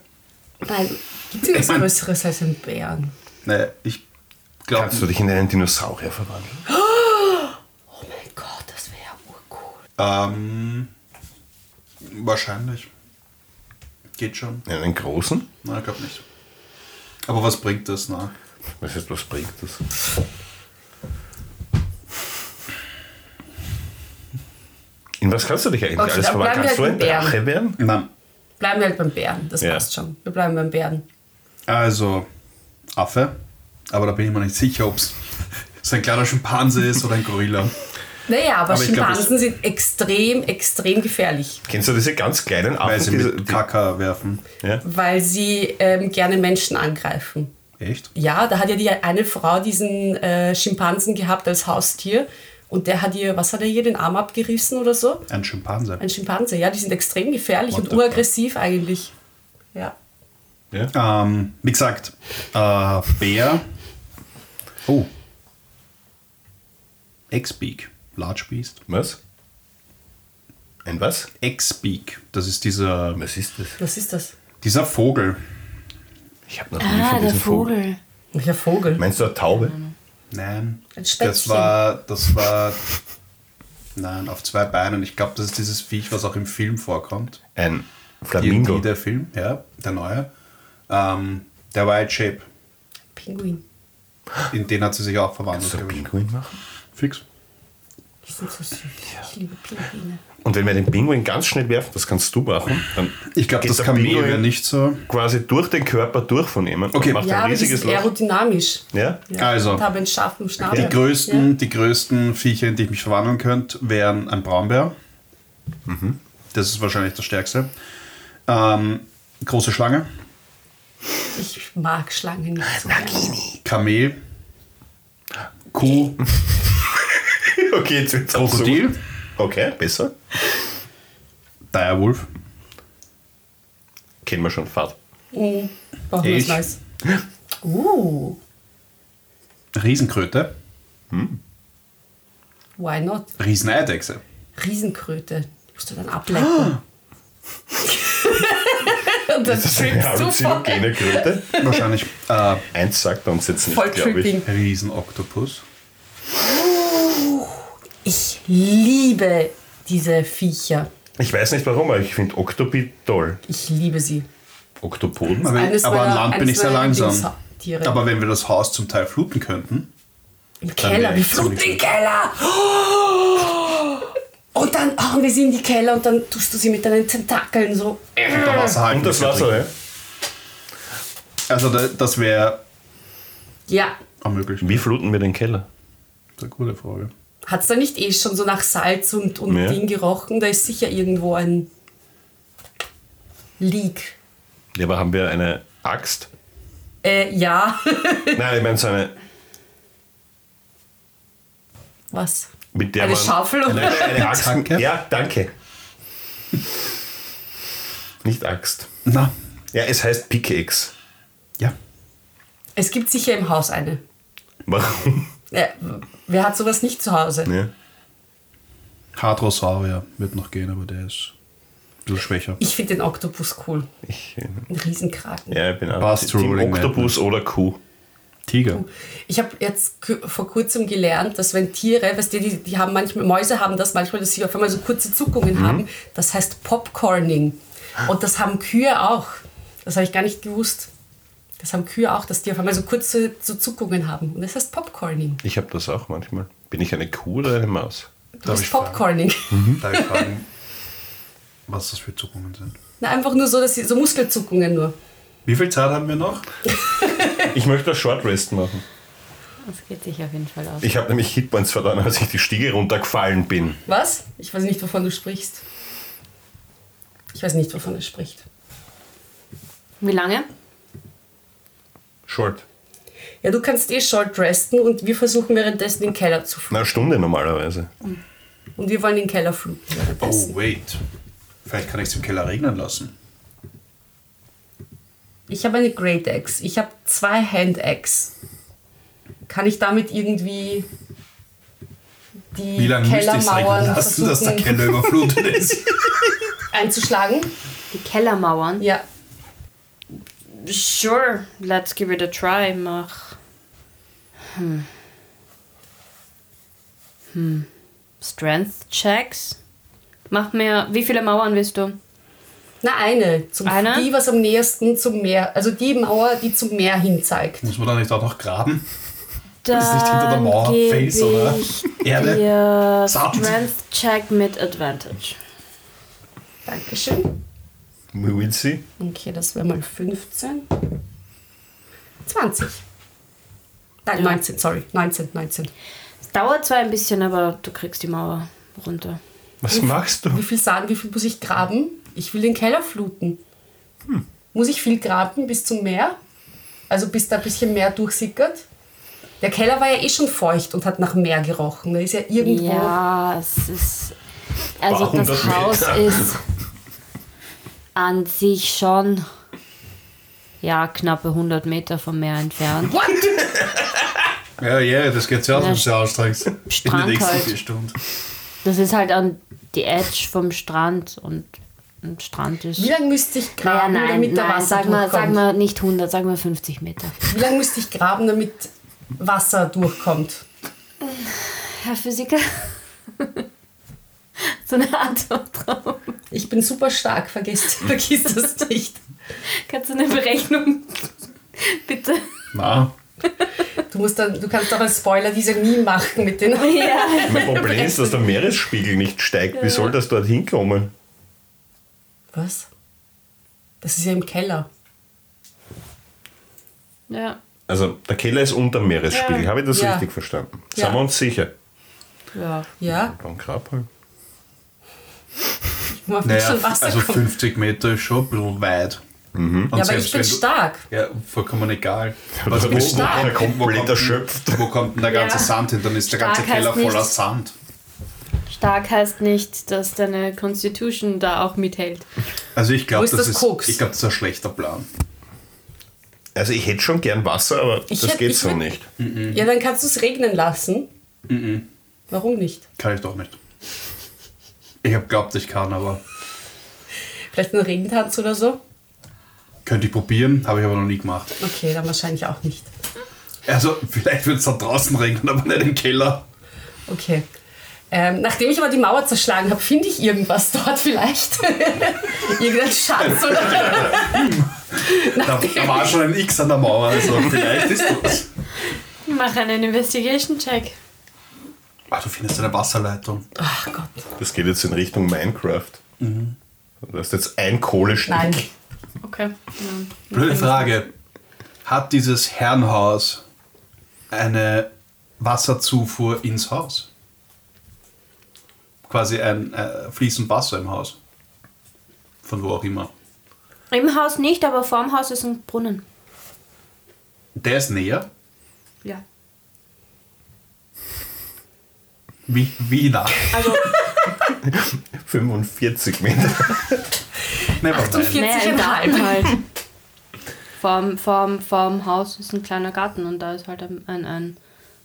Speaker 4: Nein, gibt es irgendwas Größeres als einen Bären?
Speaker 2: Nee, ich glaube.
Speaker 3: Kannst du dich in einen Dinosaurier verwandeln?
Speaker 4: Oh mein Gott, das wäre ja urcool.
Speaker 2: Ähm, wahrscheinlich. Geht schon.
Speaker 3: In einen großen?
Speaker 2: Nein, ich glaube nicht. Aber was bringt das, na?
Speaker 3: Was, ist, was bringt das? In was kannst du dich eigentlich
Speaker 4: Okay,
Speaker 3: alles
Speaker 4: dann
Speaker 3: verwandeln?
Speaker 4: Oh, bleiben
Speaker 3: Kannst du
Speaker 4: wir
Speaker 3: ein
Speaker 4: halt
Speaker 3: Drache werden?
Speaker 2: Nein.
Speaker 4: Bleiben wir halt beim Bären, das
Speaker 3: Ja.
Speaker 4: passt schon. Wir bleiben beim Bären.
Speaker 2: Also, Affe. Aber da bin ich mir nicht sicher, ob (laughs) es ein kleiner Schimpanse ist oder ein Gorilla.
Speaker 4: Naja, aber,
Speaker 2: Aber ich glaub,
Speaker 4: Schimpansen sind extrem, extrem gefährlich,
Speaker 3: Kennst du diese ganz kleinen
Speaker 2: Weil
Speaker 3: Affen?
Speaker 2: sie
Speaker 3: Diese,
Speaker 2: mit Kaka werfen.
Speaker 3: ja?
Speaker 4: weil sie ähm, gerne Menschen angreifen.
Speaker 2: Echt?
Speaker 4: Ja, da hat ja die eine Frau diesen äh, Schimpansen gehabt als Haustier und der hat ihr, was hat er ihr, den Arm abgerissen oder so?
Speaker 2: Ein Schimpanse.
Speaker 4: Ein Schimpanse, ja, die sind extrem gefährlich
Speaker 2: What
Speaker 4: und
Speaker 2: the fuck?
Speaker 4: uraggressiv eigentlich. Ja.
Speaker 3: Ja?
Speaker 2: Ähm, wie gesagt, äh, Bär. Oh. X-Beak. Large Beast.
Speaker 3: Was? Ein was?
Speaker 2: X-Beak. Das ist dieser,
Speaker 3: Was ist das?
Speaker 4: Was ist das?
Speaker 2: dieser Vogel.
Speaker 3: Ich habe noch nie
Speaker 1: Ah,
Speaker 3: von
Speaker 1: der
Speaker 3: diesem
Speaker 1: Vogel.
Speaker 3: Vogel.
Speaker 4: Ja, Vogel.
Speaker 3: Meinst du eine Taube?
Speaker 2: Nein.
Speaker 4: Ein Spätzchen.
Speaker 2: Das war, das war, nein, auf zwei Beinen. Ich glaube, das ist dieses Viech, was auch im Film vorkommt.
Speaker 3: Ein
Speaker 2: Flamingo.
Speaker 3: Flamingo.
Speaker 2: Der Film, ja, der neue. Ähm, der Wild Shape.
Speaker 4: Pinguin.
Speaker 2: In den hat sie sich auch verwandelt.
Speaker 3: Kannst du einen
Speaker 2: glaub ich.
Speaker 3: Pinguin machen?
Speaker 2: Fix.
Speaker 4: Die sind so süß. Ich liebe Pinguine.
Speaker 3: Und wenn wir den Pinguin ganz schnell werfen, das kannst du machen, dann
Speaker 2: Ich glaube,
Speaker 3: geht
Speaker 2: das
Speaker 3: der
Speaker 2: Kamel
Speaker 3: Pinguin
Speaker 2: wäre nicht so.
Speaker 3: quasi durch den Körper durch von jemandem
Speaker 2: Okay.
Speaker 3: und macht
Speaker 4: Ja,
Speaker 3: ein
Speaker 4: aber die
Speaker 3: riesiges
Speaker 4: sind
Speaker 3: Loch.
Speaker 4: aerodynamisch.
Speaker 3: Ja?
Speaker 4: Ja,
Speaker 2: Also.
Speaker 4: Und haben einen scharfen Schnabel.
Speaker 2: Die größten, die größten Viecher, in die ich mich verwandeln könnte, wären ein Braunbär. Das ist wahrscheinlich das Stärkste. Ähm, große Schlange,
Speaker 4: Ja. Ich mag Schlangen nicht so gerne.
Speaker 2: Kamel, Kuh,
Speaker 3: (laughs) Okay, jetzt wird's
Speaker 2: Krokodil,
Speaker 3: absurd. Okay, besser.
Speaker 2: Direwolf.
Speaker 3: Kennen wir schon Fahrt.
Speaker 4: Mhm. Brauchen wir was
Speaker 2: Ich.
Speaker 4: Neues. Uh,
Speaker 2: Riesenkröte,
Speaker 4: why not? (laughs)
Speaker 2: Rieseneidechse.
Speaker 4: Riesenkröte. Musst du dann ablenken. (laughs) Und dann
Speaker 3: Das ist eine
Speaker 4: trippst du voll.
Speaker 3: halluzinogene Kröte.
Speaker 2: Wahrscheinlich äh,
Speaker 3: Eins sagt er uns jetzt
Speaker 4: Voll
Speaker 3: nicht, glaube ich.
Speaker 4: tripping.
Speaker 2: Riesenoktopus.
Speaker 4: Ich liebe diese Viecher.
Speaker 3: Ich weiß nicht warum, aber ich finde Oktopi toll.
Speaker 4: Ich liebe sie.
Speaker 3: Oktopoden?
Speaker 2: Aber,
Speaker 4: Eines
Speaker 2: aber an
Speaker 4: meiner-
Speaker 2: Land bin
Speaker 4: eines
Speaker 2: ich sehr
Speaker 4: meiner
Speaker 2: langsam.
Speaker 4: Lieblingstiere.
Speaker 2: Aber wenn wir das Haus zum Teil fluten könnten,
Speaker 4: Im
Speaker 2: Dann
Speaker 4: Keller,
Speaker 2: wär
Speaker 4: wir
Speaker 2: ich
Speaker 4: fluten
Speaker 2: ziemlich
Speaker 4: den Keller. Oh! Und dann hauen wir sie in die Keller und dann tust du sie mit deinen Tentakeln so. Mhm.
Speaker 2: unter Wasser halten.
Speaker 3: Und das
Speaker 2: wir
Speaker 3: Wasser, ja?
Speaker 2: drin. Also da, das wäre
Speaker 4: Ja.
Speaker 2: auch möglich.
Speaker 3: Wie fluten wir den Keller?
Speaker 2: Das ist eine gute Frage.
Speaker 4: Hat es da nicht eh schon so nach Salz und, und
Speaker 3: Ja.
Speaker 4: Ding gerochen? Da ist sicher irgendwo ein Leak.
Speaker 3: Ja, aber haben wir eine Axt?
Speaker 4: Äh, ja. (laughs)
Speaker 3: Nein, ich meine so eine,
Speaker 4: Was?
Speaker 3: mit der
Speaker 4: Eine
Speaker 3: man...
Speaker 4: Schaufel oder?
Speaker 3: Eine, eine Axt.
Speaker 2: Zacke?
Speaker 3: Ja, danke. Nicht Axt.
Speaker 2: Na,
Speaker 3: Ja, es heißt Pickaxe.
Speaker 2: ja.
Speaker 4: Es gibt sicher im Haus eine.
Speaker 3: Warum? (laughs)
Speaker 4: Äh, wer hat sowas nicht zu Hause?
Speaker 3: Ja.
Speaker 2: Hadrosaurier wird noch gehen, aber der ist ein bisschen schwächer.
Speaker 4: Ich finde den Oktopus cool.
Speaker 3: Ich, äh,
Speaker 4: Ein Riesenkraken.
Speaker 3: ja, ich bin auch
Speaker 2: Passt
Speaker 3: Team
Speaker 2: Rolling
Speaker 3: Oktopus oder Kuh.
Speaker 2: Tiger.
Speaker 4: Ich habe jetzt k- vor kurzem gelernt, dass wenn Tiere, weißt du, die, die haben manchmal, Mäuse haben das manchmal, dass sie auf einmal so kurze Zuckungen
Speaker 2: Mhm.
Speaker 4: haben. Das heißt Popcorning. Und das haben Kühe auch. Das habe ich gar nicht gewusst. Das haben Kühe auch, dass die auf einmal so kurze so Zuckungen haben. Und das heißt Popcorning.
Speaker 3: Ich habe das auch manchmal. Bin ich eine Kuh oder eine Maus?
Speaker 4: Du
Speaker 2: Darf
Speaker 4: bist
Speaker 2: ich fragen? Mhm.
Speaker 4: Popcorning.
Speaker 2: Darf ich fragen, was das für Zuckungen sind?
Speaker 4: (laughs) Na, einfach nur so, dass sie so Muskelzuckungen nur.
Speaker 2: Wie viel Zeit haben wir noch?
Speaker 3: Ich möchte das Short Rest machen.
Speaker 1: Das geht sich auf jeden Fall aus.
Speaker 3: Ich habe nämlich Hitpoints verloren, als ich die Stiege runtergefallen bin.
Speaker 4: Was? Ich weiß nicht, wovon du sprichst. Ich weiß nicht, wovon er spricht.
Speaker 1: Wie lange?
Speaker 3: Short.
Speaker 4: Ja, du kannst eh short resten und wir versuchen währenddessen den Keller zu
Speaker 3: Na,
Speaker 4: fluten.
Speaker 3: eine Stunde normalerweise.
Speaker 4: Und wir wollen den Keller fluten währenddessen.
Speaker 2: Oh, wait. Vielleicht kann ich es im Keller regnen lassen.
Speaker 4: Ich habe eine Great Axe. Ich habe zwei Hand Axe. Kann ich damit irgendwie die
Speaker 2: Wie lange müsste ich es regnen
Speaker 4: Kellermauern
Speaker 2: lassen, dass der
Speaker 4: versuchen
Speaker 2: Keller
Speaker 4: (laughs)
Speaker 2: überflutet ist?
Speaker 4: einzuschlagen?
Speaker 1: Die Kellermauern?
Speaker 4: Ja.
Speaker 1: Sure, let's give it a try. Mach. Hm. Hm. Hm. Strength Checks? Mach mir. Wie viele Mauern willst du?
Speaker 4: Na, eine. Zum,
Speaker 1: Eine?
Speaker 4: Die, was am nächsten zum Meer, also die Mauer, die zum Meer hin zeigt.
Speaker 2: Muss man da nicht auch noch graben?
Speaker 1: Dann
Speaker 2: Ist nicht hinter der Mauer
Speaker 1: geb
Speaker 2: Fels oder
Speaker 1: ich
Speaker 2: Erde?
Speaker 1: dir
Speaker 2: Sand?
Speaker 1: Strength Check mit Advantage.
Speaker 4: Dankeschön.
Speaker 3: We will see.
Speaker 4: Okay, das wäre mal 15. 20. Nein, 19, sorry. 19, 19.
Speaker 1: Es dauert zwar ein bisschen, aber du kriegst die Mauer runter.
Speaker 3: Was machst
Speaker 4: Wie
Speaker 3: du?
Speaker 4: viel Sand, wie viel muss ich graben? Ich will den Keller fluten. Muss ich viel graben bis zum Meer? Also bis da ein bisschen mehr durchsickert. Der Keller war ja eh schon feucht und hat nach Meer gerochen. Da ist ja irgendwo.
Speaker 1: Ja, es ist. Also
Speaker 3: Warum
Speaker 1: das
Speaker 3: das
Speaker 1: Haus
Speaker 3: Wetter?
Speaker 1: ist an sich schon ja knappe 100 Meter vom Meer entfernt.
Speaker 4: What?
Speaker 2: Ja, ja, das geht ja aus, wenn du sie ausstreckst. In
Speaker 1: Strand
Speaker 2: den nächsten
Speaker 1: halt.
Speaker 2: vier Stunden.
Speaker 1: Das ist halt an die Edge vom Strand und, und Strand ist.
Speaker 4: Wie lange müsste ich
Speaker 1: Naja,
Speaker 4: graben,
Speaker 1: nein,
Speaker 4: damit da
Speaker 1: nein,
Speaker 4: Wasser
Speaker 1: sag mal, sag
Speaker 4: durchkommt?
Speaker 1: mal nicht 100, sag mal 50 Meter.
Speaker 4: Wie lange müsste ich graben, damit Wasser durchkommt?
Speaker 1: Herr Physiker, (laughs) so eine Antwort drauf.
Speaker 4: Ich bin super stark, vergiss, (laughs) vergiss das nicht.
Speaker 1: Kannst du eine Berechnung (laughs) bitte?
Speaker 2: Nein.
Speaker 4: Du, musst dann, du kannst auch als Spoiler diese nie machen mit
Speaker 1: (laughs)
Speaker 4: den.
Speaker 1: Ja.
Speaker 3: Mein Problem ist, dass der Meeresspiegel nicht steigt. Wie soll das dort hinkommen?
Speaker 4: Was? Das ist ja im Keller.
Speaker 1: Ja.
Speaker 3: Also der Keller ist unter dem Meeresspiegel.
Speaker 1: Ja.
Speaker 3: Habe ich das
Speaker 4: Ja.
Speaker 3: richtig verstanden?
Speaker 4: Ja.
Speaker 3: Sind wir uns sicher?
Speaker 1: Ja.
Speaker 4: Ja,
Speaker 3: Dann grab halt.
Speaker 4: ich muss
Speaker 2: Naja,
Speaker 4: schon Wasser
Speaker 2: also
Speaker 4: kommen.
Speaker 2: 50 Meter ist schon ein bisschen weit. Und
Speaker 4: Ja, aber
Speaker 2: selbst
Speaker 4: ich bin
Speaker 2: wenn du-
Speaker 4: stark.
Speaker 2: Ja, vollkommen egal.
Speaker 3: Mhm.
Speaker 2: Also
Speaker 3: Ja, du bist stark. Komplett
Speaker 2: kommt,
Speaker 3: erschöpft.
Speaker 2: denn- wo kommt denn der ganze
Speaker 1: Ja.
Speaker 2: Sand hin? Dann ist der
Speaker 1: Stark
Speaker 2: ganze Keller
Speaker 1: heißt nichts.
Speaker 2: voller Sand.
Speaker 1: Stark heißt nicht, dass deine Constitution da auch mithält.
Speaker 2: Also ich
Speaker 4: Wo
Speaker 2: glaube,
Speaker 4: ist
Speaker 2: das,
Speaker 4: das
Speaker 2: ist,
Speaker 4: Koks?
Speaker 2: ich glaub, das ist ein schlechter Plan.
Speaker 3: Also ich hätte schon gern Wasser, aber
Speaker 4: Ich
Speaker 3: das
Speaker 4: hätt-
Speaker 3: geht
Speaker 4: ich
Speaker 3: so
Speaker 4: hätt-
Speaker 3: nicht.
Speaker 2: Mhm.
Speaker 4: Ja, dann kannst du es regnen lassen. Warum nicht?
Speaker 2: Kann ich doch nicht. Ich habe glaubt, ich kann, aber
Speaker 4: Vielleicht einen Regentanz oder so?
Speaker 2: könnte ich probieren, habe ich aber noch nie gemacht.
Speaker 4: Okay, dann wahrscheinlich auch nicht.
Speaker 2: Also vielleicht wird es da draußen regnen, aber nicht im Keller.
Speaker 4: Okay. Ähm, nachdem ich aber die Mauer zerschlagen habe, finde ich irgendwas dort vielleicht. (laughs) Irgendein
Speaker 2: (laughs)
Speaker 4: Schatz oder
Speaker 2: Da, da war schon ein X an der Mauer, also vielleicht ist das.
Speaker 1: Mach einen Investigation-Check.
Speaker 2: Ach, Ah, du findest eine Wasserleitung.
Speaker 4: Ach Gott.
Speaker 3: Das geht jetzt in Richtung Minecraft.
Speaker 1: Mhm.
Speaker 3: Du hast jetzt ein Kohlestück. (laughs)
Speaker 4: Nein.
Speaker 1: Okay.
Speaker 2: Blöde Frage. Hat dieses Herrenhaus eine Wasserzufuhr ins Haus? Quasi ein äh, fließend Wasser im Haus. Von wo auch immer.
Speaker 1: Im Haus nicht, aber vorm Haus ist ein Brunnen.
Speaker 2: Der ist näher.
Speaker 1: Ja.
Speaker 2: Wie, wie nah?
Speaker 3: 45 Meter.
Speaker 2: Never mind.
Speaker 4: 48. 40
Speaker 1: im
Speaker 4: und
Speaker 1: Garten (laughs) halt. Vorm, vorm, vorm Haus ist ein kleiner Garten und da ist halt ein, ein, ein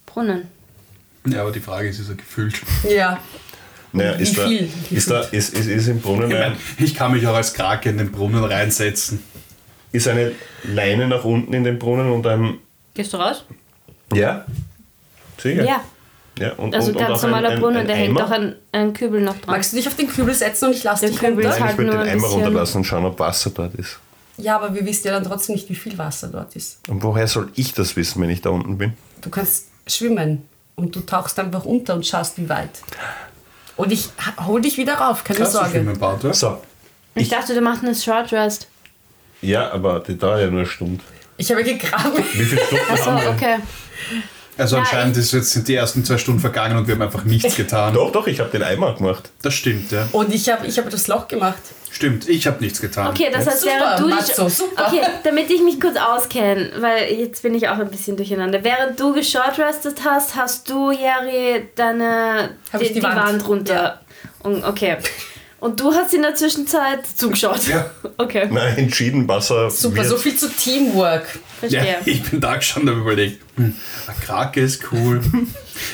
Speaker 1: Brunnen.
Speaker 2: Ja, aber die Frage ist, ist er gefüllt?
Speaker 4: Ja.
Speaker 3: Naja,
Speaker 4: Wie
Speaker 3: ist, da,
Speaker 4: viel?
Speaker 3: ist, da, ist, ist, ist im Brunnen
Speaker 2: Ich,
Speaker 3: ein,
Speaker 2: mein, ich kann mich auch als Krake in den Brunnen reinsetzen.
Speaker 3: ist eine Leine nach unten in den Brunnen und ein.
Speaker 1: Gehst du raus?
Speaker 3: Ja? Sicher?
Speaker 1: Ja.
Speaker 3: ja und,
Speaker 1: Also
Speaker 3: und, und
Speaker 1: ganz
Speaker 3: auch ein-
Speaker 1: normaler
Speaker 3: ein,
Speaker 1: Brunnen,
Speaker 3: ein
Speaker 1: der
Speaker 3: Eimer.
Speaker 1: hängt auch ein, ein Kübel noch dran.
Speaker 4: Magst du dich auf den Kübel setzen und ich lasse
Speaker 1: Der
Speaker 4: dich
Speaker 1: Kübel
Speaker 4: runter?
Speaker 1: ist
Speaker 3: Nein, ich
Speaker 1: halt
Speaker 3: würde
Speaker 1: nur
Speaker 3: den
Speaker 1: ein
Speaker 3: Eimer
Speaker 1: bisschen-
Speaker 3: runterlassen und schauen, ob Wasser dort ist.
Speaker 4: Ja, aber wir wissen ja dann trotzdem nicht, wie viel Wasser dort ist.
Speaker 3: Und woher soll ich das wissen, wenn ich da unten bin?
Speaker 4: Du kannst schwimmen und du tauchst einfach unter und schaust, wie weit. Und ich ha- hol dich wieder rauf, keine
Speaker 2: Kannst du
Speaker 4: Sorge.
Speaker 2: schwimmen, Bartel?
Speaker 3: So.
Speaker 1: ich, dachte, du machst eine Short Rest.
Speaker 3: Ja, aber die dauert ja nur eine Stunde.
Speaker 4: Ich habe gegraben.
Speaker 2: (laughs)
Speaker 3: Wie viele Stunden
Speaker 1: Achso,
Speaker 3: haben wir?
Speaker 1: okay.
Speaker 2: Also
Speaker 1: Ja,
Speaker 2: anscheinend ist jetzt, sind die ersten zwei Stunden vergangen und wir haben einfach
Speaker 1: (laughs)
Speaker 2: nichts getan.
Speaker 3: Doch, doch, ich habe den Eimer gemacht.
Speaker 2: Das stimmt, ja.
Speaker 4: Und ich habe ich hab das Loch gemacht.
Speaker 2: Stimmt, ich habe nichts getan.
Speaker 1: Okay, das heißt,
Speaker 4: Super,
Speaker 1: während du dich.
Speaker 4: Matzo, super.
Speaker 1: Okay, damit ich mich kurz auskenne, weil jetzt bin ich auch ein bisschen durcheinander. Während du geshortrestet hast, hast du, Jerry, deine.
Speaker 4: Hab ich die Wand.
Speaker 1: runter.
Speaker 4: Ja.
Speaker 1: Und, okay. Und du hast in der Zwischenzeit zugeschaut.
Speaker 2: Ja.
Speaker 1: (laughs) Okay,
Speaker 3: Nein, entschieden Wasser.
Speaker 4: Super,
Speaker 3: wird-
Speaker 4: so viel zu Teamwork.
Speaker 1: verstehe.
Speaker 2: Ja, (laughs) ich bin da schon darüber überlegt. Hm, ein Krake ist
Speaker 1: (laughs)
Speaker 2: cool.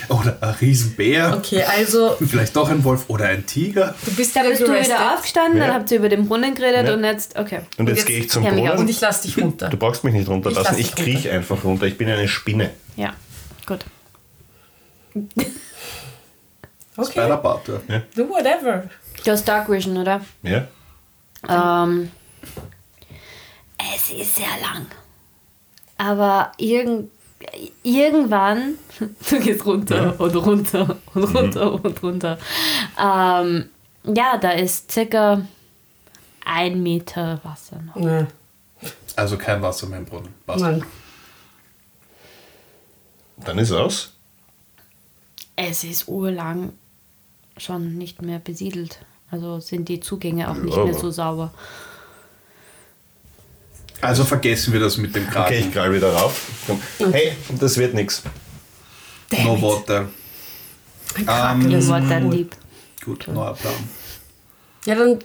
Speaker 2: Oder ein Riesenbär.
Speaker 4: Okay, also
Speaker 2: Vielleicht doch ein Wolf oder ein Tiger.
Speaker 4: du bist
Speaker 1: Da
Speaker 4: gerade
Speaker 1: bist du wieder
Speaker 4: gerestet
Speaker 1: aufgestanden,
Speaker 3: Ja.
Speaker 1: dann habt ihr über den Brunnen geredet
Speaker 3: Ja.
Speaker 1: und jetzt. Okay.
Speaker 3: Und jetzt
Speaker 4: jetzt-
Speaker 3: gehe ich zum
Speaker 1: Ja, mega.
Speaker 4: und
Speaker 3: Brunnen.
Speaker 4: ich lasse dich runter.
Speaker 3: Du brauchst mich nicht runterlassen. Ich,
Speaker 4: Ich lass dich
Speaker 3: kriech einfach runter. Ich bin eine Spinne.
Speaker 1: Ja, gut.
Speaker 2: Bei der
Speaker 4: Okay,
Speaker 2: Barte.
Speaker 4: do whatever.
Speaker 1: Du hast Dark Vision, oder?
Speaker 3: Ja?
Speaker 1: Ähm, es ist sehr lang. Aber irgend, irgendwann, (laughs) du gehst runter und runter und runter und runter. Ähm, ja, da ist circa ein Meter Wasser noch.
Speaker 4: Nein,
Speaker 2: Also kein Wasser mehr im Brunnen. Passt.
Speaker 4: Mann.
Speaker 3: Dann ist aus.
Speaker 1: Es ist urlang schon nicht mehr besiedelt. Also sind die Zugänge auch nicht
Speaker 3: Ja,
Speaker 1: mehr
Speaker 3: aber-
Speaker 1: so sauber.
Speaker 2: Also vergessen wir das mit dem Kraken.
Speaker 3: Okay, ich krall wieder rauf. Komm. Hey, das wird nichts.
Speaker 2: No Ähm, water.
Speaker 4: Ein Krakel ist
Speaker 1: Wort dann
Speaker 4: cool.
Speaker 1: lieb.
Speaker 2: Gut, neuer Plan.
Speaker 4: Ja, dann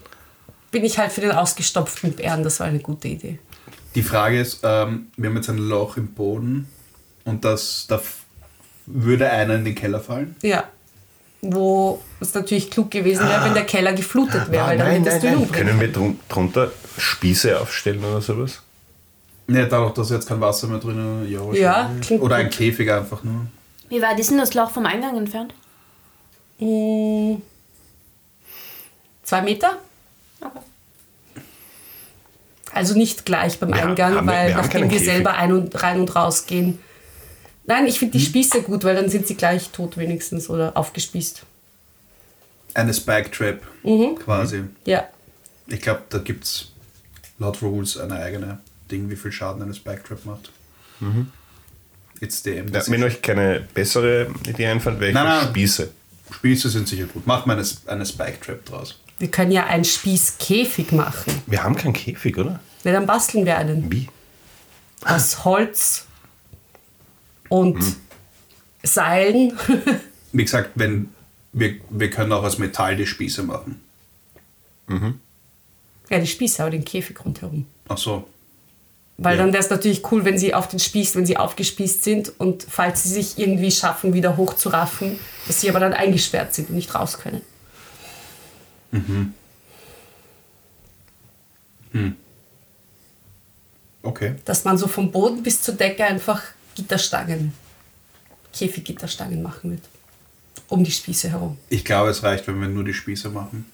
Speaker 4: bin ich halt für den ausgestopften Bären. Das war eine gute Idee.
Speaker 2: Die Frage ist, ähm, wir haben jetzt ein Loch im Boden und das, da f- würde einer in den Keller fallen.
Speaker 4: Ja. Wo es natürlich klug gewesen
Speaker 2: Ah.
Speaker 4: wäre, wenn der Keller geflutet wäre, weil dann hättest du ihn umbringen.
Speaker 3: Können wir drun drunter Spieße aufstellen oder sowas?
Speaker 2: Ne, dadurch, dass jetzt kein Wasser mehr drin ist. Ja,
Speaker 4: Ja,
Speaker 2: schon.
Speaker 4: klingt
Speaker 2: Oder ein
Speaker 4: gut.
Speaker 2: Käfig einfach nur.
Speaker 1: Wie weit ist denn das Loch vom Eingang entfernt?
Speaker 4: Mm. Zwei Meter? Also nicht gleich beim
Speaker 3: Wir haben-
Speaker 4: Eingang,
Speaker 3: haben wir-
Speaker 4: weil
Speaker 3: wir haben
Speaker 4: nachdem
Speaker 3: keinen
Speaker 4: wir
Speaker 3: Käfig.
Speaker 4: selber ein und, rein und raus gehen. Nein, ich
Speaker 3: Hm?
Speaker 4: finde die Spieße gut, weil dann sind sie gleich tot wenigstens oder aufgespießt.
Speaker 2: Eine Spike Trap
Speaker 4: Mhm.
Speaker 2: quasi.
Speaker 4: Ja.
Speaker 2: Ich glaube, da gibt es laut Rules eine eigene Ding, wie viel Schaden eine Spike Trap macht. It's DM.
Speaker 3: Ja, wenn euch keine bessere Idee einfällt, wäre ich
Speaker 2: Nein, nein.
Speaker 3: Spieße.
Speaker 2: Spieße sind sicher gut. Macht mal eine, S- eine Spike Trap draus.
Speaker 4: Wir können ja einen Spießkäfig machen.
Speaker 3: Wir haben keinen Käfig, oder?
Speaker 4: Ja, dann basteln wir einen
Speaker 3: Wie?
Speaker 4: aus Holz und
Speaker 3: Hm.
Speaker 4: Seilen. (laughs)
Speaker 2: Wie gesagt, wenn wir, wir können auch aus Metall die Spieße machen.
Speaker 4: ja, die Spieße, aber den Käfig rundherum.
Speaker 2: Ach so.
Speaker 4: Weil
Speaker 3: Ja.
Speaker 4: dann wäre es natürlich cool, wenn sie auf den Spieß, wenn sie aufgespießt sind und falls sie sich irgendwie schaffen, wieder hochzuraffen, dass sie aber dann eingesperrt sind und nicht raus können.
Speaker 2: Okay.
Speaker 4: Dass man so vom Boden bis zur Decke einfach Gitterstangen, Käfiggitterstangen machen wird. Um die Spieße herum.
Speaker 2: Ich glaube, es reicht, wenn wir nur die Spieße machen.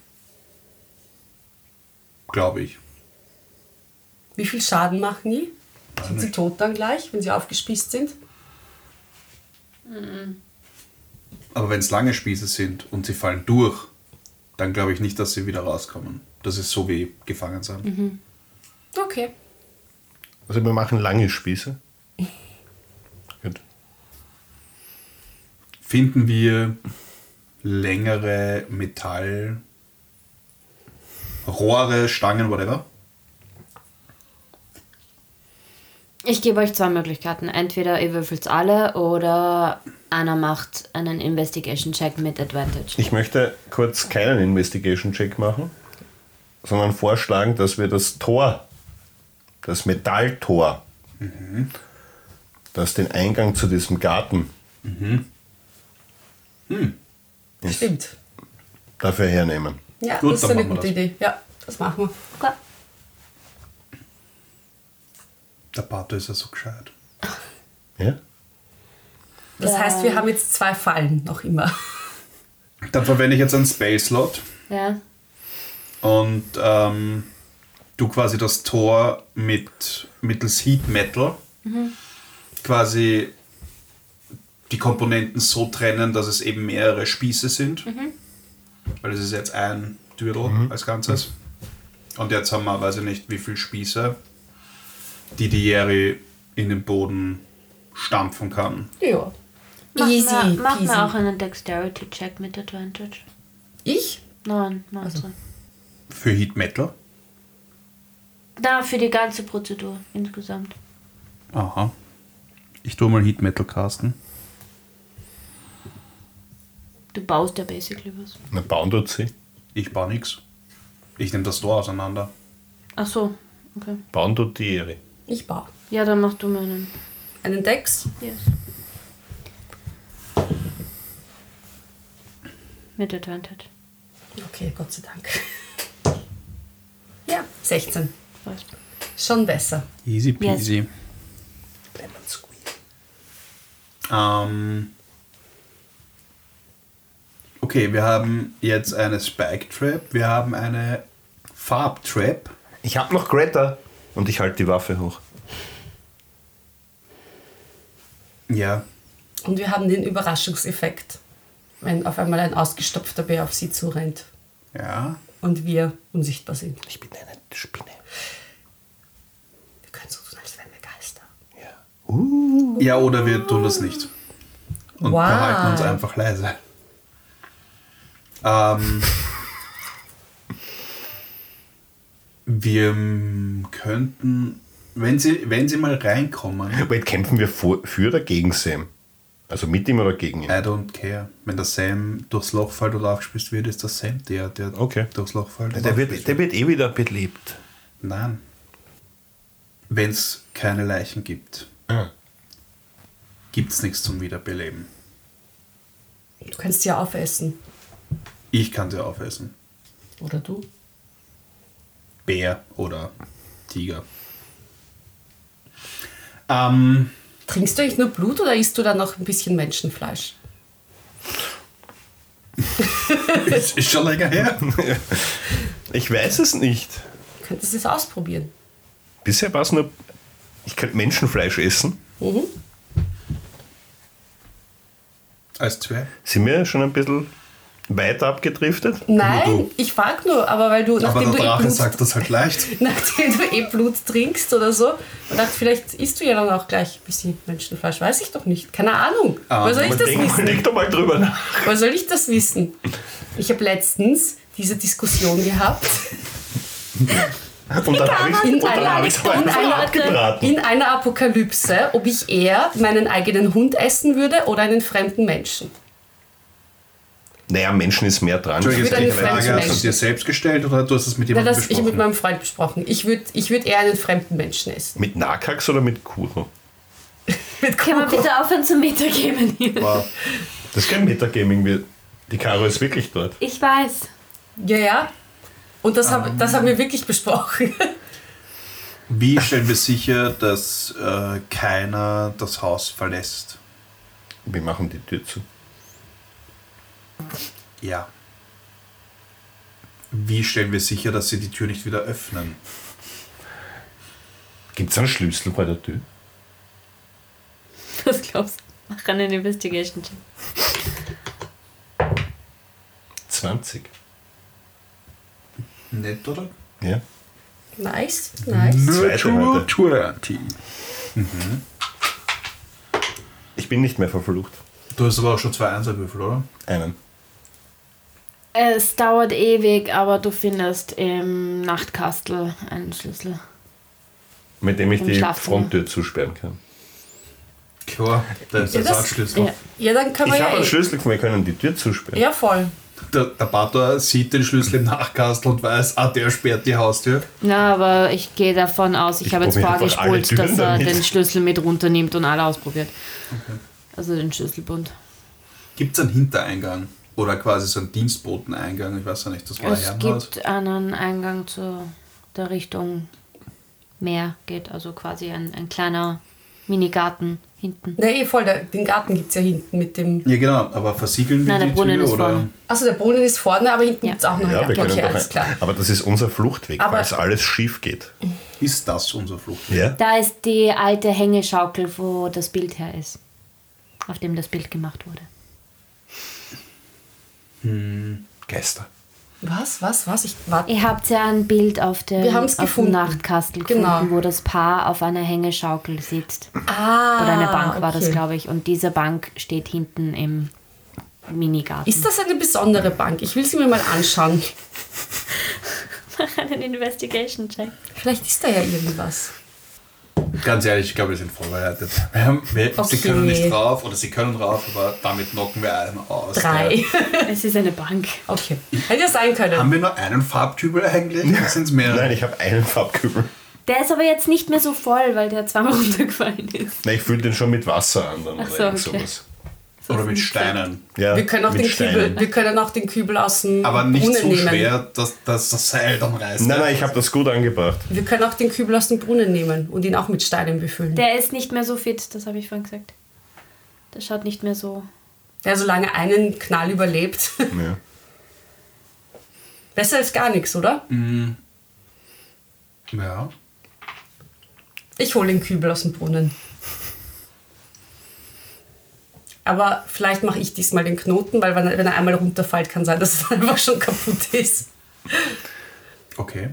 Speaker 2: Glaube ich.
Speaker 4: Wie viel Schaden machen die? Sind sie
Speaker 2: nicht.
Speaker 4: tot dann gleich, wenn sie aufgespießt sind?
Speaker 2: Aber wenn es lange Spieße sind und sie fallen durch, dann glaube ich nicht, dass sie wieder rauskommen. Das ist so wie gefangen sein.
Speaker 4: Okay.
Speaker 3: Also wir machen lange Spieße. Gut.
Speaker 2: Finden wir längere Metall, Rohre, Stangen, whatever?
Speaker 1: Ich gebe euch zwei Möglichkeiten. Entweder ihr würfelt's alle oder einer macht einen Investigation-Check mit Advantage.
Speaker 3: Ich möchte kurz keinen Investigation-Check machen, sondern vorschlagen, dass wir das Tor, das Metalltor, das den Eingang zu diesem Garten
Speaker 4: Stimmt.
Speaker 3: dafür hernehmen.
Speaker 4: Ja,
Speaker 2: Gut,
Speaker 4: das ist
Speaker 2: dann
Speaker 4: eine
Speaker 2: machen wir
Speaker 4: gute
Speaker 2: das.
Speaker 4: Idee. Ja, das machen wir.
Speaker 1: Okay.
Speaker 2: Der Pato ist ja so gescheit.
Speaker 3: Ja?
Speaker 4: Das
Speaker 1: Ja.
Speaker 4: heißt, wir haben jetzt zwei Fallen noch immer.
Speaker 2: Dann verwende ich jetzt einen Space-Slot
Speaker 1: Ja.
Speaker 2: und ähm, du quasi das Tor mit mittels Heat Metal quasi die Komponenten so trennen, dass es eben mehrere Spieße sind. Weil es ist jetzt ein Dürrel als Ganzes. Und jetzt haben wir, weiß ich nicht, wie viele Spieße, die die Jerry in den Boden stampfen kann.
Speaker 4: Ja.
Speaker 1: Mach
Speaker 4: Easy.
Speaker 1: mir, mach
Speaker 4: peasy.
Speaker 1: mir auch einen Dexterity-Check mit Advantage.
Speaker 4: Ich?
Speaker 1: Nein, 19.
Speaker 2: Für Heat Metal.
Speaker 1: Na, für die ganze Prozedur insgesamt.
Speaker 2: Aha. Ich tue mal Heat Metal casten.
Speaker 1: Du baust ja basically was.
Speaker 3: Na, bauen tut sie.
Speaker 2: Ich baue nichts. Ich nehme das Tor auseinander.
Speaker 1: Ach so, okay.
Speaker 3: Bauen tut die Ehre.
Speaker 4: Ich baue.
Speaker 1: Ja, dann mach du mir einen.
Speaker 4: Einen Dex?
Speaker 1: Yes. Mit Advantage.
Speaker 4: Okay, Gott sei Dank. Ja, 16.
Speaker 1: Weißt du.
Speaker 4: Schon besser.
Speaker 2: Easy
Speaker 1: peasy.
Speaker 4: Lemon Squeeze.
Speaker 2: Ähm, okay, wir haben jetzt eine Spike Trap. Wir haben eine Farb Trap.
Speaker 3: Ich hab noch Greta. Und ich halte die Waffe hoch.
Speaker 2: Ja.
Speaker 4: Und wir haben den Überraschungseffekt, wenn auf einmal ein ausgestopfter Bär auf sie zurennt
Speaker 2: Ja.
Speaker 4: und wir unsichtbar sind.
Speaker 3: Ich bin eine Spinne.
Speaker 4: Wir können so tun, als wären wir Geister.
Speaker 3: Ja.
Speaker 2: Ja, oder wir tun das nicht. Und
Speaker 4: Wow.
Speaker 2: verhalten uns einfach leise. Ähm, wir mm, könnten Wenn sie, wenn sie mal reinkommen,
Speaker 3: Wait, kämpfen wir vor, für oder gegen Sam? Also mit ihm oder gegen ihn?
Speaker 2: I don't care. Wenn der Sam durchs Loch fällt oder aufgespießt wird, ist der Sam der, der
Speaker 3: Okay.
Speaker 2: durchs Loch fällt. oder
Speaker 5: Der wird,
Speaker 2: aufgespießt
Speaker 5: der wird eh wieder belebt.
Speaker 2: Nein. Wenn es keine Leichen gibt,
Speaker 3: Ah.
Speaker 2: gibt es nichts zum Wiederbeleben.
Speaker 4: Du kannst sie ja aufessen.
Speaker 2: Ich kann sie aufessen.
Speaker 4: Oder du?
Speaker 2: Bär oder Tiger. Ähm,
Speaker 4: Trinkst du eigentlich nur Blut oder isst du dann noch ein bisschen Menschenfleisch?
Speaker 2: ist, ist schon länger
Speaker 5: (laughs)
Speaker 2: her.
Speaker 3: Ich weiß es nicht.
Speaker 4: Du könntest es ausprobieren.
Speaker 3: Bisher war es nur. Ich könnte Menschenfleisch essen.
Speaker 4: Mhm.
Speaker 2: Als Zwerg.
Speaker 3: Sind wir schon ein bisschen weiter abgedriftet?
Speaker 2: Nur du.
Speaker 4: Nein, ich frag nur, aber weil du,
Speaker 2: Aber der
Speaker 4: nachdem du, eh
Speaker 2: Drache
Speaker 4: Blut,
Speaker 2: sagt das halt leicht.
Speaker 4: (laughs) nachdem du eh Blut trinkst oder so, und dachte, vielleicht isst du ja dann auch gleich ein bisschen Menschenfleisch. Weiß ich doch nicht. Keine Ahnung.
Speaker 2: Ah,
Speaker 4: Woher soll ich
Speaker 2: man
Speaker 4: das
Speaker 3: Denk mal,
Speaker 4: wissen?
Speaker 3: denk doch mal drüber nach.
Speaker 4: Woher soll ich das wissen? Ich habe letztens diese Diskussion gehabt.
Speaker 3: Und dann habe ich
Speaker 4: In
Speaker 3: und dann
Speaker 4: einer-
Speaker 3: hab ich's
Speaker 4: in
Speaker 3: vor allem
Speaker 4: einer-
Speaker 3: abgebraten.
Speaker 4: In einer Apokalypse, ob ich eher meinen eigenen Hund essen würde oder einen fremden Menschen.
Speaker 3: Naja, Menschen ist mehr dran.
Speaker 2: Entschuldigung,
Speaker 4: Ich würd
Speaker 2: jetzt die
Speaker 4: eine Frage
Speaker 2: Frage hast du
Speaker 4: stellen.
Speaker 2: dir selbst gestellt oder du hast es mit
Speaker 4: Na,
Speaker 2: jemandem
Speaker 4: das ich mit
Speaker 2: besprochen?
Speaker 4: meinem Freund besprochen. Ich würde ich würd eher einen fremden Menschen essen.
Speaker 3: Mit Nakax oder mit Kuro?
Speaker 1: Können wir bitte aufhören zum Meter geben
Speaker 2: (laughs)
Speaker 1: hier?
Speaker 2: Wow.
Speaker 3: Das ist kein Metagaming. wir- Die Karo ist wirklich dort.
Speaker 1: Ich weiß.
Speaker 4: Ja, ja. Und das,
Speaker 2: Ah.
Speaker 4: hab, das haben wir wirklich besprochen. (laughs)
Speaker 2: Wie stellen wir sicher, dass äh, keiner das Haus verlässt?
Speaker 3: Wir machen die Tür zu.
Speaker 2: Ja. Wie stellen wir sicher, dass sie die Tür nicht wieder öffnen?
Speaker 3: Gibt es einen Schlüssel bei der Tür?
Speaker 1: (laughs) Das glaubst du. Mach einen Investigation Check.
Speaker 3: 20.
Speaker 2: Nett, oder?
Speaker 3: Ja.
Speaker 4: Nice, nice.
Speaker 3: Zweite heute.
Speaker 2: Du
Speaker 3: Ich bin nicht mehr verflucht.
Speaker 2: hast aber auch schon zwei Einserwürfel, oder?
Speaker 3: Einen.
Speaker 6: Es dauert ewig, aber du findest im Nachtkastel einen Schlüssel.
Speaker 3: Mit dem ich
Speaker 6: Im
Speaker 3: die
Speaker 6: Schlafzimmer.
Speaker 3: Fronttür zusperren kann.
Speaker 2: Klar, da ist
Speaker 4: Ja,
Speaker 2: der
Speaker 4: das-
Speaker 2: Saatschlüssel.
Speaker 6: ja.
Speaker 4: Ja, dann können wir
Speaker 3: Ich habe
Speaker 4: ja.
Speaker 3: einen
Speaker 4: eh-
Speaker 3: Schlüssel, wir können die Tür zusperren.
Speaker 4: Ja, voll.
Speaker 2: Der, der Bator sieht den Schlüssel im Nachkastel und weiß, ah, der sperrt die Haustür.
Speaker 6: Na, aber ich gehe davon aus, ich,
Speaker 3: Ich
Speaker 6: habe jetzt
Speaker 3: probiere einfach alle
Speaker 6: vorgespult,
Speaker 3: Türen
Speaker 6: dass er
Speaker 3: damit.
Speaker 6: den Schlüssel mit runternimmt und alle ausprobiert. Also den Schlüsselbund.
Speaker 2: Gibt es einen Hintereingang? Oder quasi so einen Dienstboteneingang? Ich weiß ja nicht, das war
Speaker 6: Es
Speaker 2: Herrenhaus.
Speaker 6: gibt einen Eingang zu der Richtung Meer geht, also quasi ein, ein kleiner Minigarten hinten.
Speaker 4: Na, eh, voll. Der, den Garten gibt es ja hinten mit dem.
Speaker 2: Ja, genau, aber versiegeln wir
Speaker 6: Nein, der
Speaker 2: die
Speaker 6: Brunnen
Speaker 2: Tür
Speaker 6: ist
Speaker 2: oder?
Speaker 6: vorne.
Speaker 4: Achso, der Brunnen ist vorne, aber hinten
Speaker 6: Ja.
Speaker 4: gibt's gibt es auch noch einen Garten. Okay, alles klar.
Speaker 3: Aber das ist unser Fluchtweg,
Speaker 4: Aber-
Speaker 3: falls alles schief geht.
Speaker 2: Ist das unser Fluchtweg?
Speaker 3: Ja?
Speaker 6: Da ist die alte Hängeschaukel, wo das Bild her ist, auf dem das Bild gemacht wurde.
Speaker 3: Geister.
Speaker 4: Was, was, was? Ich warte.
Speaker 6: Ihr habt ja ein Bild auf dem,
Speaker 4: Wir haben's
Speaker 6: auf dem
Speaker 4: gefunden.
Speaker 6: Nachtkastel gefunden,
Speaker 4: Genau.
Speaker 6: wo das Paar auf einer Hängeschaukel sitzt.
Speaker 4: Ah,
Speaker 6: Oder eine Bank war das,
Speaker 4: okay.
Speaker 6: glaube ich. Und diese Bank steht hinten im Minigarten.
Speaker 1: (laughs)
Speaker 4: Ist (laughs) das eine besondere Bank? Ich will sie mir mal anschauen.
Speaker 1: Mach einen Investigation Check.
Speaker 4: Vielleicht ist da ja irgendwas.
Speaker 2: Ganz ehrlich, ich glaube, wir sind vorbereitet. Wir haben, wir,
Speaker 4: Okay.
Speaker 2: Sie können nicht rauf oder sie können rauf, aber damit knocken wir einen aus.
Speaker 4: Drei.
Speaker 1: Es ist eine Bank.
Speaker 4: (laughs) Okay. Hätte ja sein
Speaker 2: Ja.
Speaker 4: können.
Speaker 2: Haben wir nur einen Farbtypel eigentlich? Ja. Sind es mehrere?
Speaker 3: Nein, ich habe einen Farbkübel.
Speaker 1: Der ist aber jetzt nicht mehr so voll, weil der zweimal (laughs) runtergefallen ist.
Speaker 3: Nein, ich fülle den schon mit Wasser an dann
Speaker 1: Ach so,
Speaker 3: oder irgend
Speaker 1: okay.
Speaker 3: sowas.
Speaker 2: Oder mit Steinen.
Speaker 3: Ja,
Speaker 4: Wir können, auch
Speaker 3: mit
Speaker 4: den
Speaker 3: Steinen.
Speaker 4: Kübel, wir können auch den Kübel aus dem
Speaker 2: Aber nicht
Speaker 4: Brunnen
Speaker 2: so
Speaker 4: nehmen.
Speaker 2: schwer, dass, dass das Seil dann reißt.
Speaker 3: Nein, nein, ich habe das gut angebracht.
Speaker 4: Wir können auch den Kübel aus dem Brunnen nehmen und ihn auch mit Steinen befüllen.
Speaker 1: Der ist nicht mehr so fit, das habe ich vorhin gesagt. Der schaut nicht mehr so.
Speaker 4: Der solange einen Knall überlebt. (laughs)
Speaker 3: Ja.
Speaker 4: Besser als gar nichts, oder?
Speaker 2: Ja.
Speaker 4: Ich hole den Kübel aus dem Brunnen. Aber vielleicht mache ich diesmal den Knoten, weil wenn er wenn er einmal runterfällt, kann sein, dass es (laughs) einfach schon kaputt ist.
Speaker 2: Okay.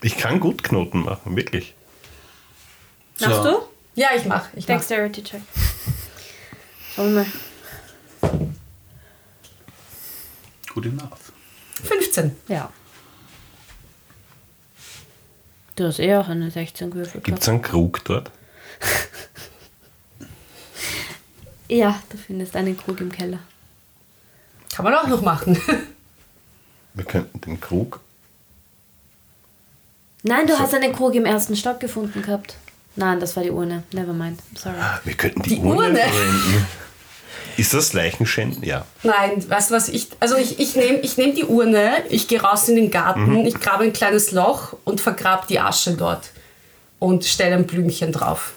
Speaker 3: Ich kann gut Knoten machen, wirklich.
Speaker 1: Machst du?
Speaker 4: Ja, ich mache. Ich mach.
Speaker 1: Dexterity Check. Schauen wir mal.
Speaker 2: Good enough.
Speaker 4: 15.
Speaker 6: ja. Du hast eh auch eine 16 gewürfelt.
Speaker 3: Gibt es einen Krug dort?
Speaker 1: Ja, du findest einen Krug im Keller.
Speaker 4: Kann man auch noch machen. (laughs)
Speaker 3: Wir könnten den Krug.
Speaker 1: Nein, du
Speaker 3: So.
Speaker 1: hast einen Krug im ersten Stock gefunden gehabt. Nein, das war die Urne. Nevermind. Sorry.
Speaker 3: Ah, Wir könnten die,
Speaker 4: Die
Speaker 3: Urne,
Speaker 4: Urne?
Speaker 3: verwenden. Ist das Leichenschänden? Ja.
Speaker 4: Nein, weißt du was? Ich, also ich, ich nehme ich nehm die Urne, ich gehe raus in den Garten,
Speaker 3: Mhm.
Speaker 4: ich grabe ein kleines Loch und vergrabe die Asche dort und stelle ein Blümchen drauf.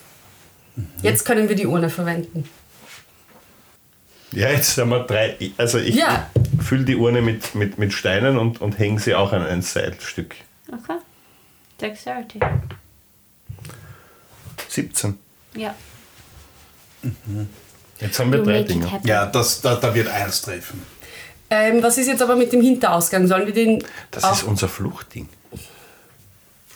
Speaker 3: Mhm.
Speaker 4: Jetzt können wir die Urne verwenden.
Speaker 3: Ja, jetzt haben wir drei. Also ich
Speaker 4: Ja.
Speaker 3: fülle die Urne mit, mit, mit Steinen und, und hänge sie auch an ein Seilstück.
Speaker 6: Okay. Dexterity.
Speaker 3: 17.
Speaker 6: Ja.
Speaker 3: Jetzt haben wir
Speaker 1: You
Speaker 3: drei
Speaker 1: make it
Speaker 3: Dinge.
Speaker 1: happen.
Speaker 2: Ja, das, da, da wird eins treffen.
Speaker 4: Ähm, was ist jetzt aber mit dem Hinterausgang? Sollen wir den
Speaker 3: Das
Speaker 4: auch...
Speaker 3: ist unser Fluchtding.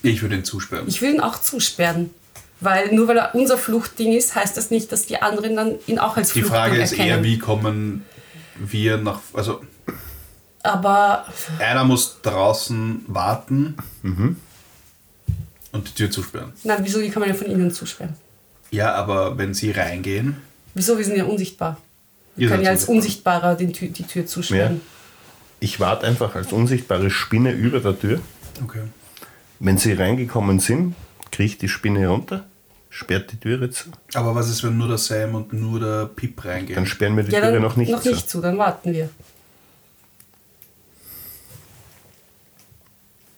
Speaker 2: Ich würde ihn zusperren.
Speaker 4: ich will ihn auch zusperren. Weil nur weil er unser Fluchtding ist, heißt das nicht, dass die anderen dann ihn auch als
Speaker 2: Die
Speaker 4: Fluchtding
Speaker 2: Frage ist
Speaker 4: erkennen.
Speaker 2: eher, wie kommen wir nach. Also,
Speaker 4: Aber
Speaker 2: einer muss draußen warten
Speaker 3: Mhm.
Speaker 2: und die Tür zusperren.
Speaker 4: na, wieso wie kann man ihn von innen zusperren?
Speaker 2: Ja, aber wenn sie reingehen.
Speaker 4: Wieso? Wir sind ja unsichtbar. Wir
Speaker 2: Ihr
Speaker 4: können
Speaker 2: seid
Speaker 4: ja als
Speaker 2: unsichtbar.
Speaker 4: Unsichtbarer den Tür, die Tür zusperren.
Speaker 3: Ich warte einfach als unsichtbare Spinne über der Tür.
Speaker 2: Okay.
Speaker 3: Wenn sie reingekommen sind, kriecht die Spinne runter, sperrt die Türe zu.
Speaker 2: Aber was ist, wenn nur der Sam und nur der Pip reingehen?
Speaker 3: Dann sperren wir die
Speaker 4: Ja,
Speaker 3: Türe
Speaker 4: dann
Speaker 3: noch nicht
Speaker 4: noch
Speaker 3: zu.
Speaker 4: nicht zu, dann warten wir.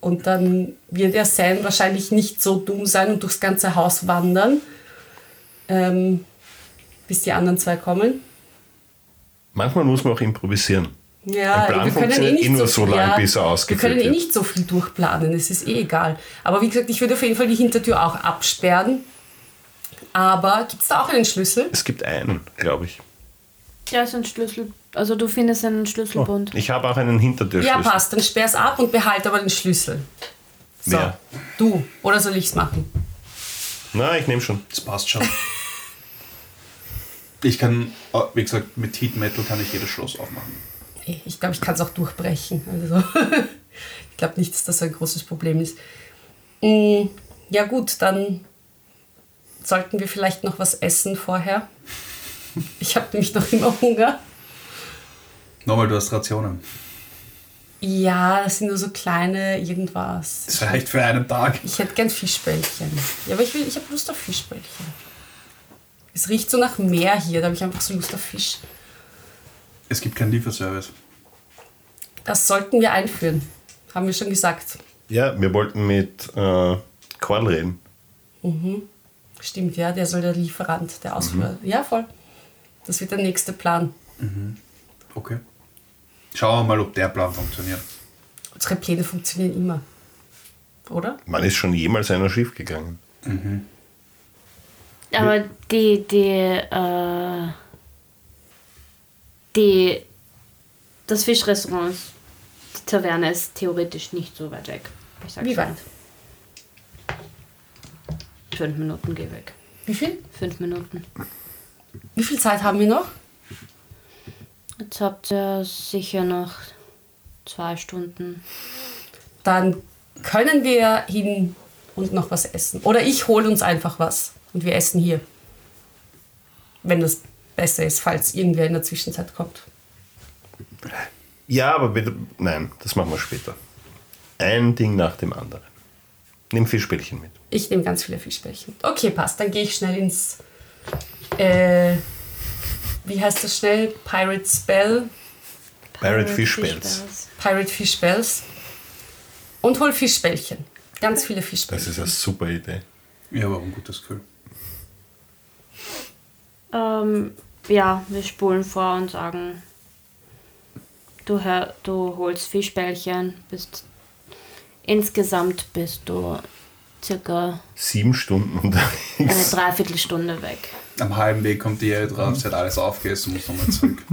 Speaker 4: Und dann wird der Sam wahrscheinlich nicht so dumm sein und durchs ganze Haus wandern, ähm, bis die anderen zwei kommen.
Speaker 3: Manchmal muss man auch improvisieren.
Speaker 4: Ja,
Speaker 3: Ein Plan
Speaker 4: wir können eh
Speaker 3: funktioniert
Speaker 4: nicht
Speaker 3: eh nur so
Speaker 4: viel-
Speaker 3: lang, bis er
Speaker 4: Wir
Speaker 3: ausgeführt
Speaker 4: können eh
Speaker 3: wird.
Speaker 4: nicht so viel durchplanen, es ist eh egal. Aber wie gesagt, ich würde auf jeden Fall die Hintertür auch absperren. Aber gibt es da auch einen Schlüssel?
Speaker 3: Es gibt einen, glaube ich.
Speaker 6: Da ist ein Schlüssel. Also du findest einen Schlüsselbund.
Speaker 3: Oh, Ich habe auch einen Hintertürschlüssel.
Speaker 4: Ja, passt, dann sperr's ab und behalt aber den Schlüssel. So,
Speaker 3: Wer?
Speaker 4: du. Oder soll ich's machen?
Speaker 3: Na, ich nehme schon.
Speaker 2: Das passt schon. (laughs) ich kann, oh, wie gesagt, mit Heat Metal kann ich jedes Schloss aufmachen.
Speaker 4: Nee, Ich glaube, ich kann's auch durchbrechen. Also, (laughs) ich glaube nicht, dass das ein großes Problem ist. Mm, Ja gut, dann sollten wir vielleicht noch was essen vorher. Ich habe nämlich noch immer Hunger.
Speaker 2: Nochmal, du hast Rationen.
Speaker 4: Ja, das sind nur so kleine irgendwas.
Speaker 2: Das reicht für einen Tag.
Speaker 4: Ich hätte gern Fischbällchen. Ja, aber ich, will- ich habe Lust auf Fischbällchen. Es riecht so nach Meer hier, da habe ich einfach so Lust auf Fisch.
Speaker 2: Es gibt keinen Lieferservice.
Speaker 4: Das sollten wir einführen. Haben wir schon gesagt.
Speaker 3: Ja, wir wollten mit äh, Korn reden.
Speaker 4: Stimmt, ja, der soll der Lieferant, der Ausführer. Ja, voll. Das wird der nächste Plan.
Speaker 2: Okay. Schauen wir mal, ob der Plan funktioniert.
Speaker 4: Unsere Pläne funktionieren immer. Oder?
Speaker 3: Wann ist schon jemals einer schief gegangen?
Speaker 6: Aber die, die, äh, die,
Speaker 1: Das Fischrestaurant, ist- die Taverne ist theoretisch nicht so weit weg. Ich sag's
Speaker 4: Wie
Speaker 1: schon.
Speaker 4: weit?
Speaker 1: Fünf Minuten geh weg.
Speaker 4: Wie viel?
Speaker 1: Fünf Minuten.
Speaker 4: Wie viel Zeit haben wir noch?
Speaker 6: jetzt habt ihr sicher noch zwei Stunden.
Speaker 4: Dann können wir hin und noch was essen. Oder ich hole uns einfach was und wir essen hier. Wenn das besser ist, falls irgendwer in der Zwischenzeit kommt.
Speaker 3: Ja, aber bitte. Nein, das machen wir später. Ein Ding nach dem anderen. Nimm Fischbällchen mit.
Speaker 4: Ich nehme ganz viele Fischbällchen. Okay, passt. Dann gehe ich schnell ins. Äh, wie heißt das schnell? Pirate Spell?
Speaker 3: Barrett Fischbells.
Speaker 4: Pirate Fish Bells und hol Fischbällchen. Ganz viele
Speaker 3: Das
Speaker 4: Fischbällchen.
Speaker 3: ist eine super Idee.
Speaker 2: Ich habe auch ein gutes Gefühl.
Speaker 6: Ähm, ja, wir spulen vor und sagen, du, hör, du holst Fischbällchen, bist insgesamt bist du circa
Speaker 3: Sieben Stunden
Speaker 1: (laughs)
Speaker 6: eine
Speaker 3: unterwegs.
Speaker 6: Dreiviertelstunde weg.
Speaker 2: Am halben Weg kommt die Jere drauf, sie hat alles aufgegessen, muss nochmal zurück.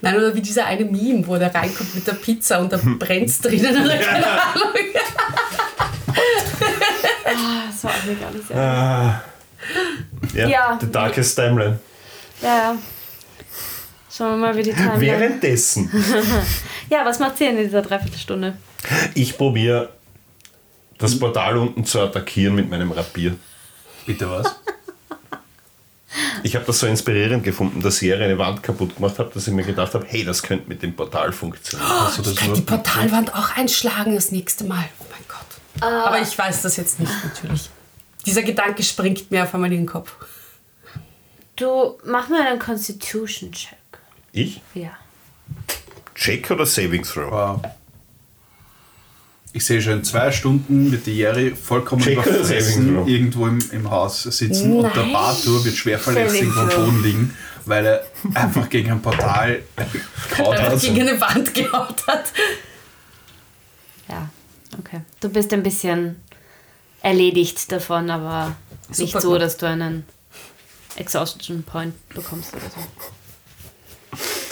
Speaker 4: Nein, oder wie dieser eine Meme, wo der reinkommt mit der Pizza und dann brennt's drinnen oder keine Ahnung.
Speaker 6: Das war auch also nicht alles. Ja,
Speaker 3: Ah. Ja,
Speaker 6: Ja.
Speaker 3: The Darkest Timeline.
Speaker 6: ja. Schauen wir mal, wie die Timeline...
Speaker 3: Währenddessen,
Speaker 6: Ja, was macht ihr in dieser Dreiviertelstunde?
Speaker 3: ich probiere das Portal unten zu attackieren mit meinem Rapier.
Speaker 2: (laughs) Bitte was?
Speaker 3: Ich habe das so inspirierend gefunden, dass Sierra eine Wand kaputt gemacht hat, dass ich mir gedacht habe, hey, das könnte mit dem Portal funktionieren. Also,
Speaker 2: Hast du
Speaker 4: Ich
Speaker 2: das
Speaker 4: kann die
Speaker 2: nur?
Speaker 4: Portalwand auch einschlagen das nächste Mal. Oh mein Gott.
Speaker 1: Ah.
Speaker 4: Aber ich weiß das jetzt nicht, natürlich. Dieser Gedanke springt mir auf einmal in den Kopf.
Speaker 1: Du, mach mal einen Constitution-Check.
Speaker 3: Ich?
Speaker 1: Ja.
Speaker 3: Check oder Saving Throw?
Speaker 2: Wow. Ich sehe schon, zwei Stunden wird die Jerry vollkommen
Speaker 3: Check oder Saving
Speaker 2: überfressen
Speaker 3: throw?
Speaker 2: irgendwo im, im Haus sitzen und der
Speaker 1: Nein.
Speaker 2: Bartur wird schwer verletzt
Speaker 1: Saving
Speaker 2: irgendwo am
Speaker 1: throw.
Speaker 2: Boden liegen, weil er einfach gegen ein Portal gehauen
Speaker 4: Weil er
Speaker 2: hat.
Speaker 4: gegen eine Wand gehaut hat.
Speaker 1: Ja, okay. Du bist ein bisschen erledigt davon, aber nicht
Speaker 4: Super
Speaker 1: so,
Speaker 4: gut.
Speaker 1: dass du einen Exhaustion Point bekommst oder so.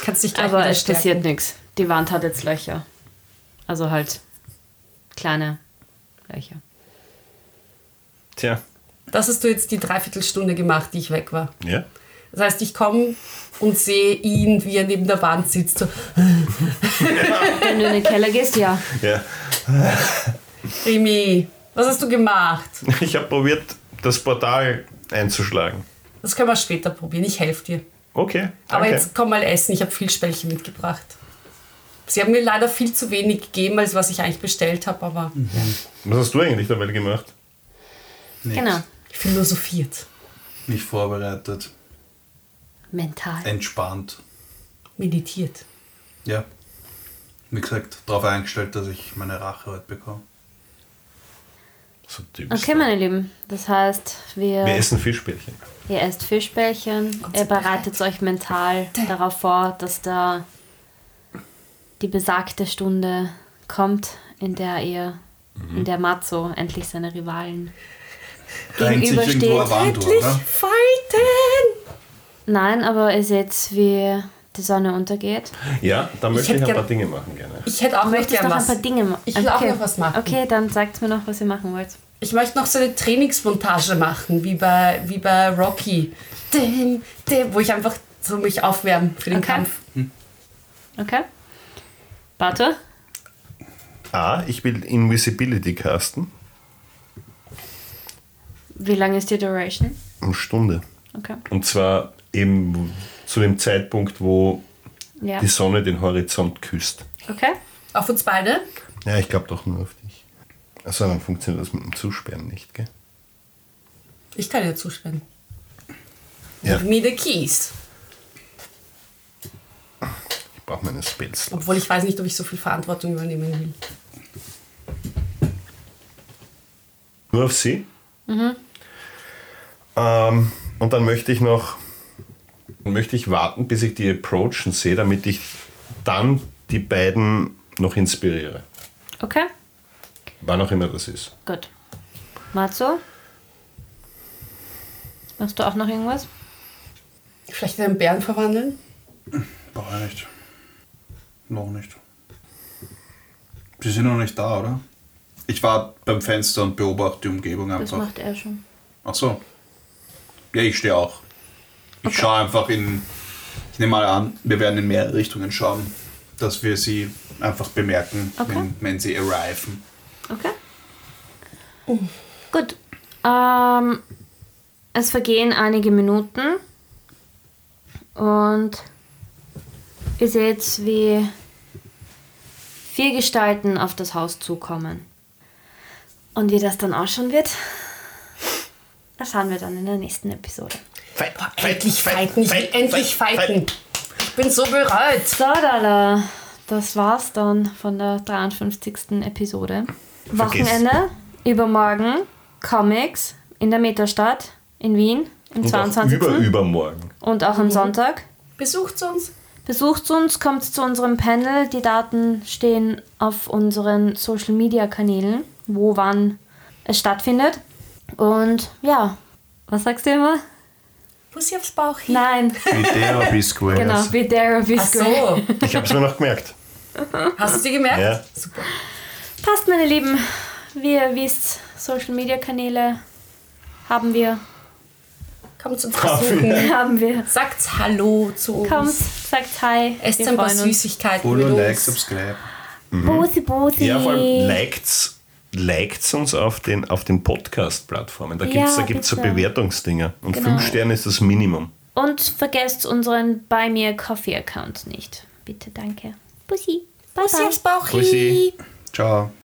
Speaker 4: Kannst dich gleich
Speaker 1: Aber
Speaker 4: wieder
Speaker 1: es
Speaker 4: stärken.
Speaker 1: passiert nichts. Die Wand hat jetzt Löcher. Also halt kleine Löcher.
Speaker 3: Tja.
Speaker 4: Das hast du jetzt die Dreiviertelstunde gemacht, die ich weg war.
Speaker 3: Ja?
Speaker 4: Das heißt, ich komme und sehe ihn, wie er neben der Wand sitzt. So,
Speaker 1: Wenn du in den Keller gehst, ja.
Speaker 3: Ja.
Speaker 4: Remy, was hast du gemacht?
Speaker 3: Ich habe probiert, das Portal einzuschlagen.
Speaker 4: Das können wir später probieren. Ich helfe dir.
Speaker 3: Okay.
Speaker 4: Aber
Speaker 3: danke.
Speaker 4: jetzt komm mal essen. Ich habe viel Spälche mitgebracht. Sie haben mir leider viel zu wenig gegeben, als was ich eigentlich bestellt habe, aber
Speaker 3: Was hast du eigentlich dabei gemacht?
Speaker 2: Nichts.
Speaker 1: Genau.
Speaker 4: ich philosophiert.
Speaker 2: Nicht vorbereitet,
Speaker 1: Mental.
Speaker 2: entspannt.
Speaker 4: Meditiert.
Speaker 2: Ja. Wie gesagt, darauf eingestellt, dass ich meine Rache heute bekomme.
Speaker 3: So typisch.
Speaker 1: Okay, meine Lieben. Das heißt, wir,
Speaker 3: Wir essen Fischbällchen.
Speaker 1: ihr esst Fischbällchen.
Speaker 4: Und
Speaker 1: Ihr
Speaker 4: sind bereit.
Speaker 1: bereitet euch mental darauf vor, dass da die besagte Stunde kommt, in der ihr, in der Matzo endlich seine Rivalen.
Speaker 2: Da hängt sich irgendwo eine Wand,
Speaker 4: Endlich
Speaker 2: oder?
Speaker 4: fighten!
Speaker 1: Nein, aber ihr seht, wie die Sonne untergeht.
Speaker 3: Ja, da möchte
Speaker 4: hätte
Speaker 3: ich, ein paar
Speaker 4: gern-
Speaker 3: Dinge machen gerne.
Speaker 4: Ich hätte auch noch
Speaker 1: Möchtest
Speaker 4: gern
Speaker 1: noch
Speaker 4: was.
Speaker 1: ein paar Dinge machen?
Speaker 4: Ich will auch noch was machen.
Speaker 1: Okay, dann sagt mir noch, was ihr machen wollt.
Speaker 4: Ich möchte noch so eine Trainingsmontage machen, wie bei, wie bei Rocky. Dim, dim, wo ich einfach so mich aufwärme für den
Speaker 1: Okay.
Speaker 4: Kampf.
Speaker 1: Okay. Warte.
Speaker 3: A, ich will Invisibility casten.
Speaker 1: Wie lange ist die Duration?
Speaker 3: Eine um Stunde.
Speaker 1: Okay.
Speaker 3: Und zwar eben zu dem Zeitpunkt, wo
Speaker 1: Ja.
Speaker 3: die Sonne den Horizont küsst.
Speaker 1: Okay.
Speaker 4: Auf uns beide.
Speaker 3: Ja, ich glaube doch nur auf dich. Also dann funktioniert das mit dem Zusperren nicht, gell?
Speaker 4: Ich kann dir zusperren.
Speaker 3: Ja.
Speaker 4: Give me the keys.
Speaker 3: Ich brauche meine Spells.
Speaker 4: Obwohl ich weiß nicht, ob ich so viel Verantwortung übernehmen will.
Speaker 3: Nur auf sie. Ähm, und dann möchte ich noch dann möchte ich warten, bis ich die Approachen sehe, damit ich dann die beiden noch inspiriere.
Speaker 1: Okay.
Speaker 3: Wann auch immer das ist.
Speaker 1: Gut. Matzo? Machst du auch noch irgendwas?
Speaker 4: Vielleicht in einen Bären verwandeln?
Speaker 2: Brauche ich nicht. Noch nicht. Sie sind noch nicht da, oder? Ich war beim Fenster und beobachte die Umgebung
Speaker 1: Das
Speaker 2: einfach.
Speaker 1: macht er schon.
Speaker 2: Ach so. Ja, ich stehe auch. Ich schaue einfach in. Ich nehme mal an, wir werden in mehrere Richtungen schauen, dass wir sie einfach bemerken,
Speaker 1: Okay.
Speaker 2: wenn, wenn sie arriven.
Speaker 1: Okay. Gut. Ähm, es vergehen einige Minuten und ihr seht, wie vier Gestalten auf das Haus zukommen. Und wie das dann ausschauen wird, erfahren wir dann in der nächsten Episode.
Speaker 3: Fight,
Speaker 4: Boah, endlich fighten! Ich will endlich fighten! Ich bin so bereit!
Speaker 1: So, Dada, das war's dann von der 53. Episode.
Speaker 3: Vergiss.
Speaker 1: Wochenende, übermorgen, Comics in der Metastadt in Wien am
Speaker 3: Und auch
Speaker 1: 22.
Speaker 3: über übermorgen.
Speaker 1: Und auch
Speaker 4: Mhm.
Speaker 1: am Sonntag.
Speaker 4: Besucht uns!
Speaker 1: Besucht uns, kommt zu unserem Panel. Die Daten stehen auf unseren Social Media Kanälen, wo wann es stattfindet. Und ja, was sagst du immer?
Speaker 4: Pussy aufs Bauch hin!
Speaker 1: Nein,
Speaker 2: Videra Bisquares.
Speaker 1: genau, be there or be
Speaker 4: Ach
Speaker 1: square.
Speaker 4: so!
Speaker 3: Ich habe es mir noch gemerkt.
Speaker 4: Hast du sie gemerkt?
Speaker 3: Ja.
Speaker 4: Super.
Speaker 1: Passt, meine Lieben. Wie ihr wisst, Social Media Kanäle haben wir.
Speaker 4: Kommt zum Versuchen. (laughs)
Speaker 1: Haben wir.
Speaker 4: Sagt Hallo zu uns.
Speaker 1: Kommt, sagt Hi.
Speaker 4: Esst
Speaker 1: wir
Speaker 4: ein paar
Speaker 1: freuen uns.
Speaker 4: Süßigkeiten
Speaker 2: Follow,
Speaker 4: mit
Speaker 2: like,
Speaker 4: uns.
Speaker 2: subscribe.
Speaker 1: Bosi, Bosi.
Speaker 3: Ja, vor allem liked's liked uns auf den, auf den Podcast-Plattformen. Da gibt es
Speaker 1: Ja,
Speaker 3: da gibt's so
Speaker 1: bitte.
Speaker 3: Bewertungsdinger. Und
Speaker 1: Genau.
Speaker 3: fünf Sterne ist das Minimum.
Speaker 1: Und vergesst unseren Buy Me a Coffee Account nicht. Bitte, danke. Bussi. Bye, bye.
Speaker 4: Bauch.
Speaker 3: Grüßi.
Speaker 2: Ciao.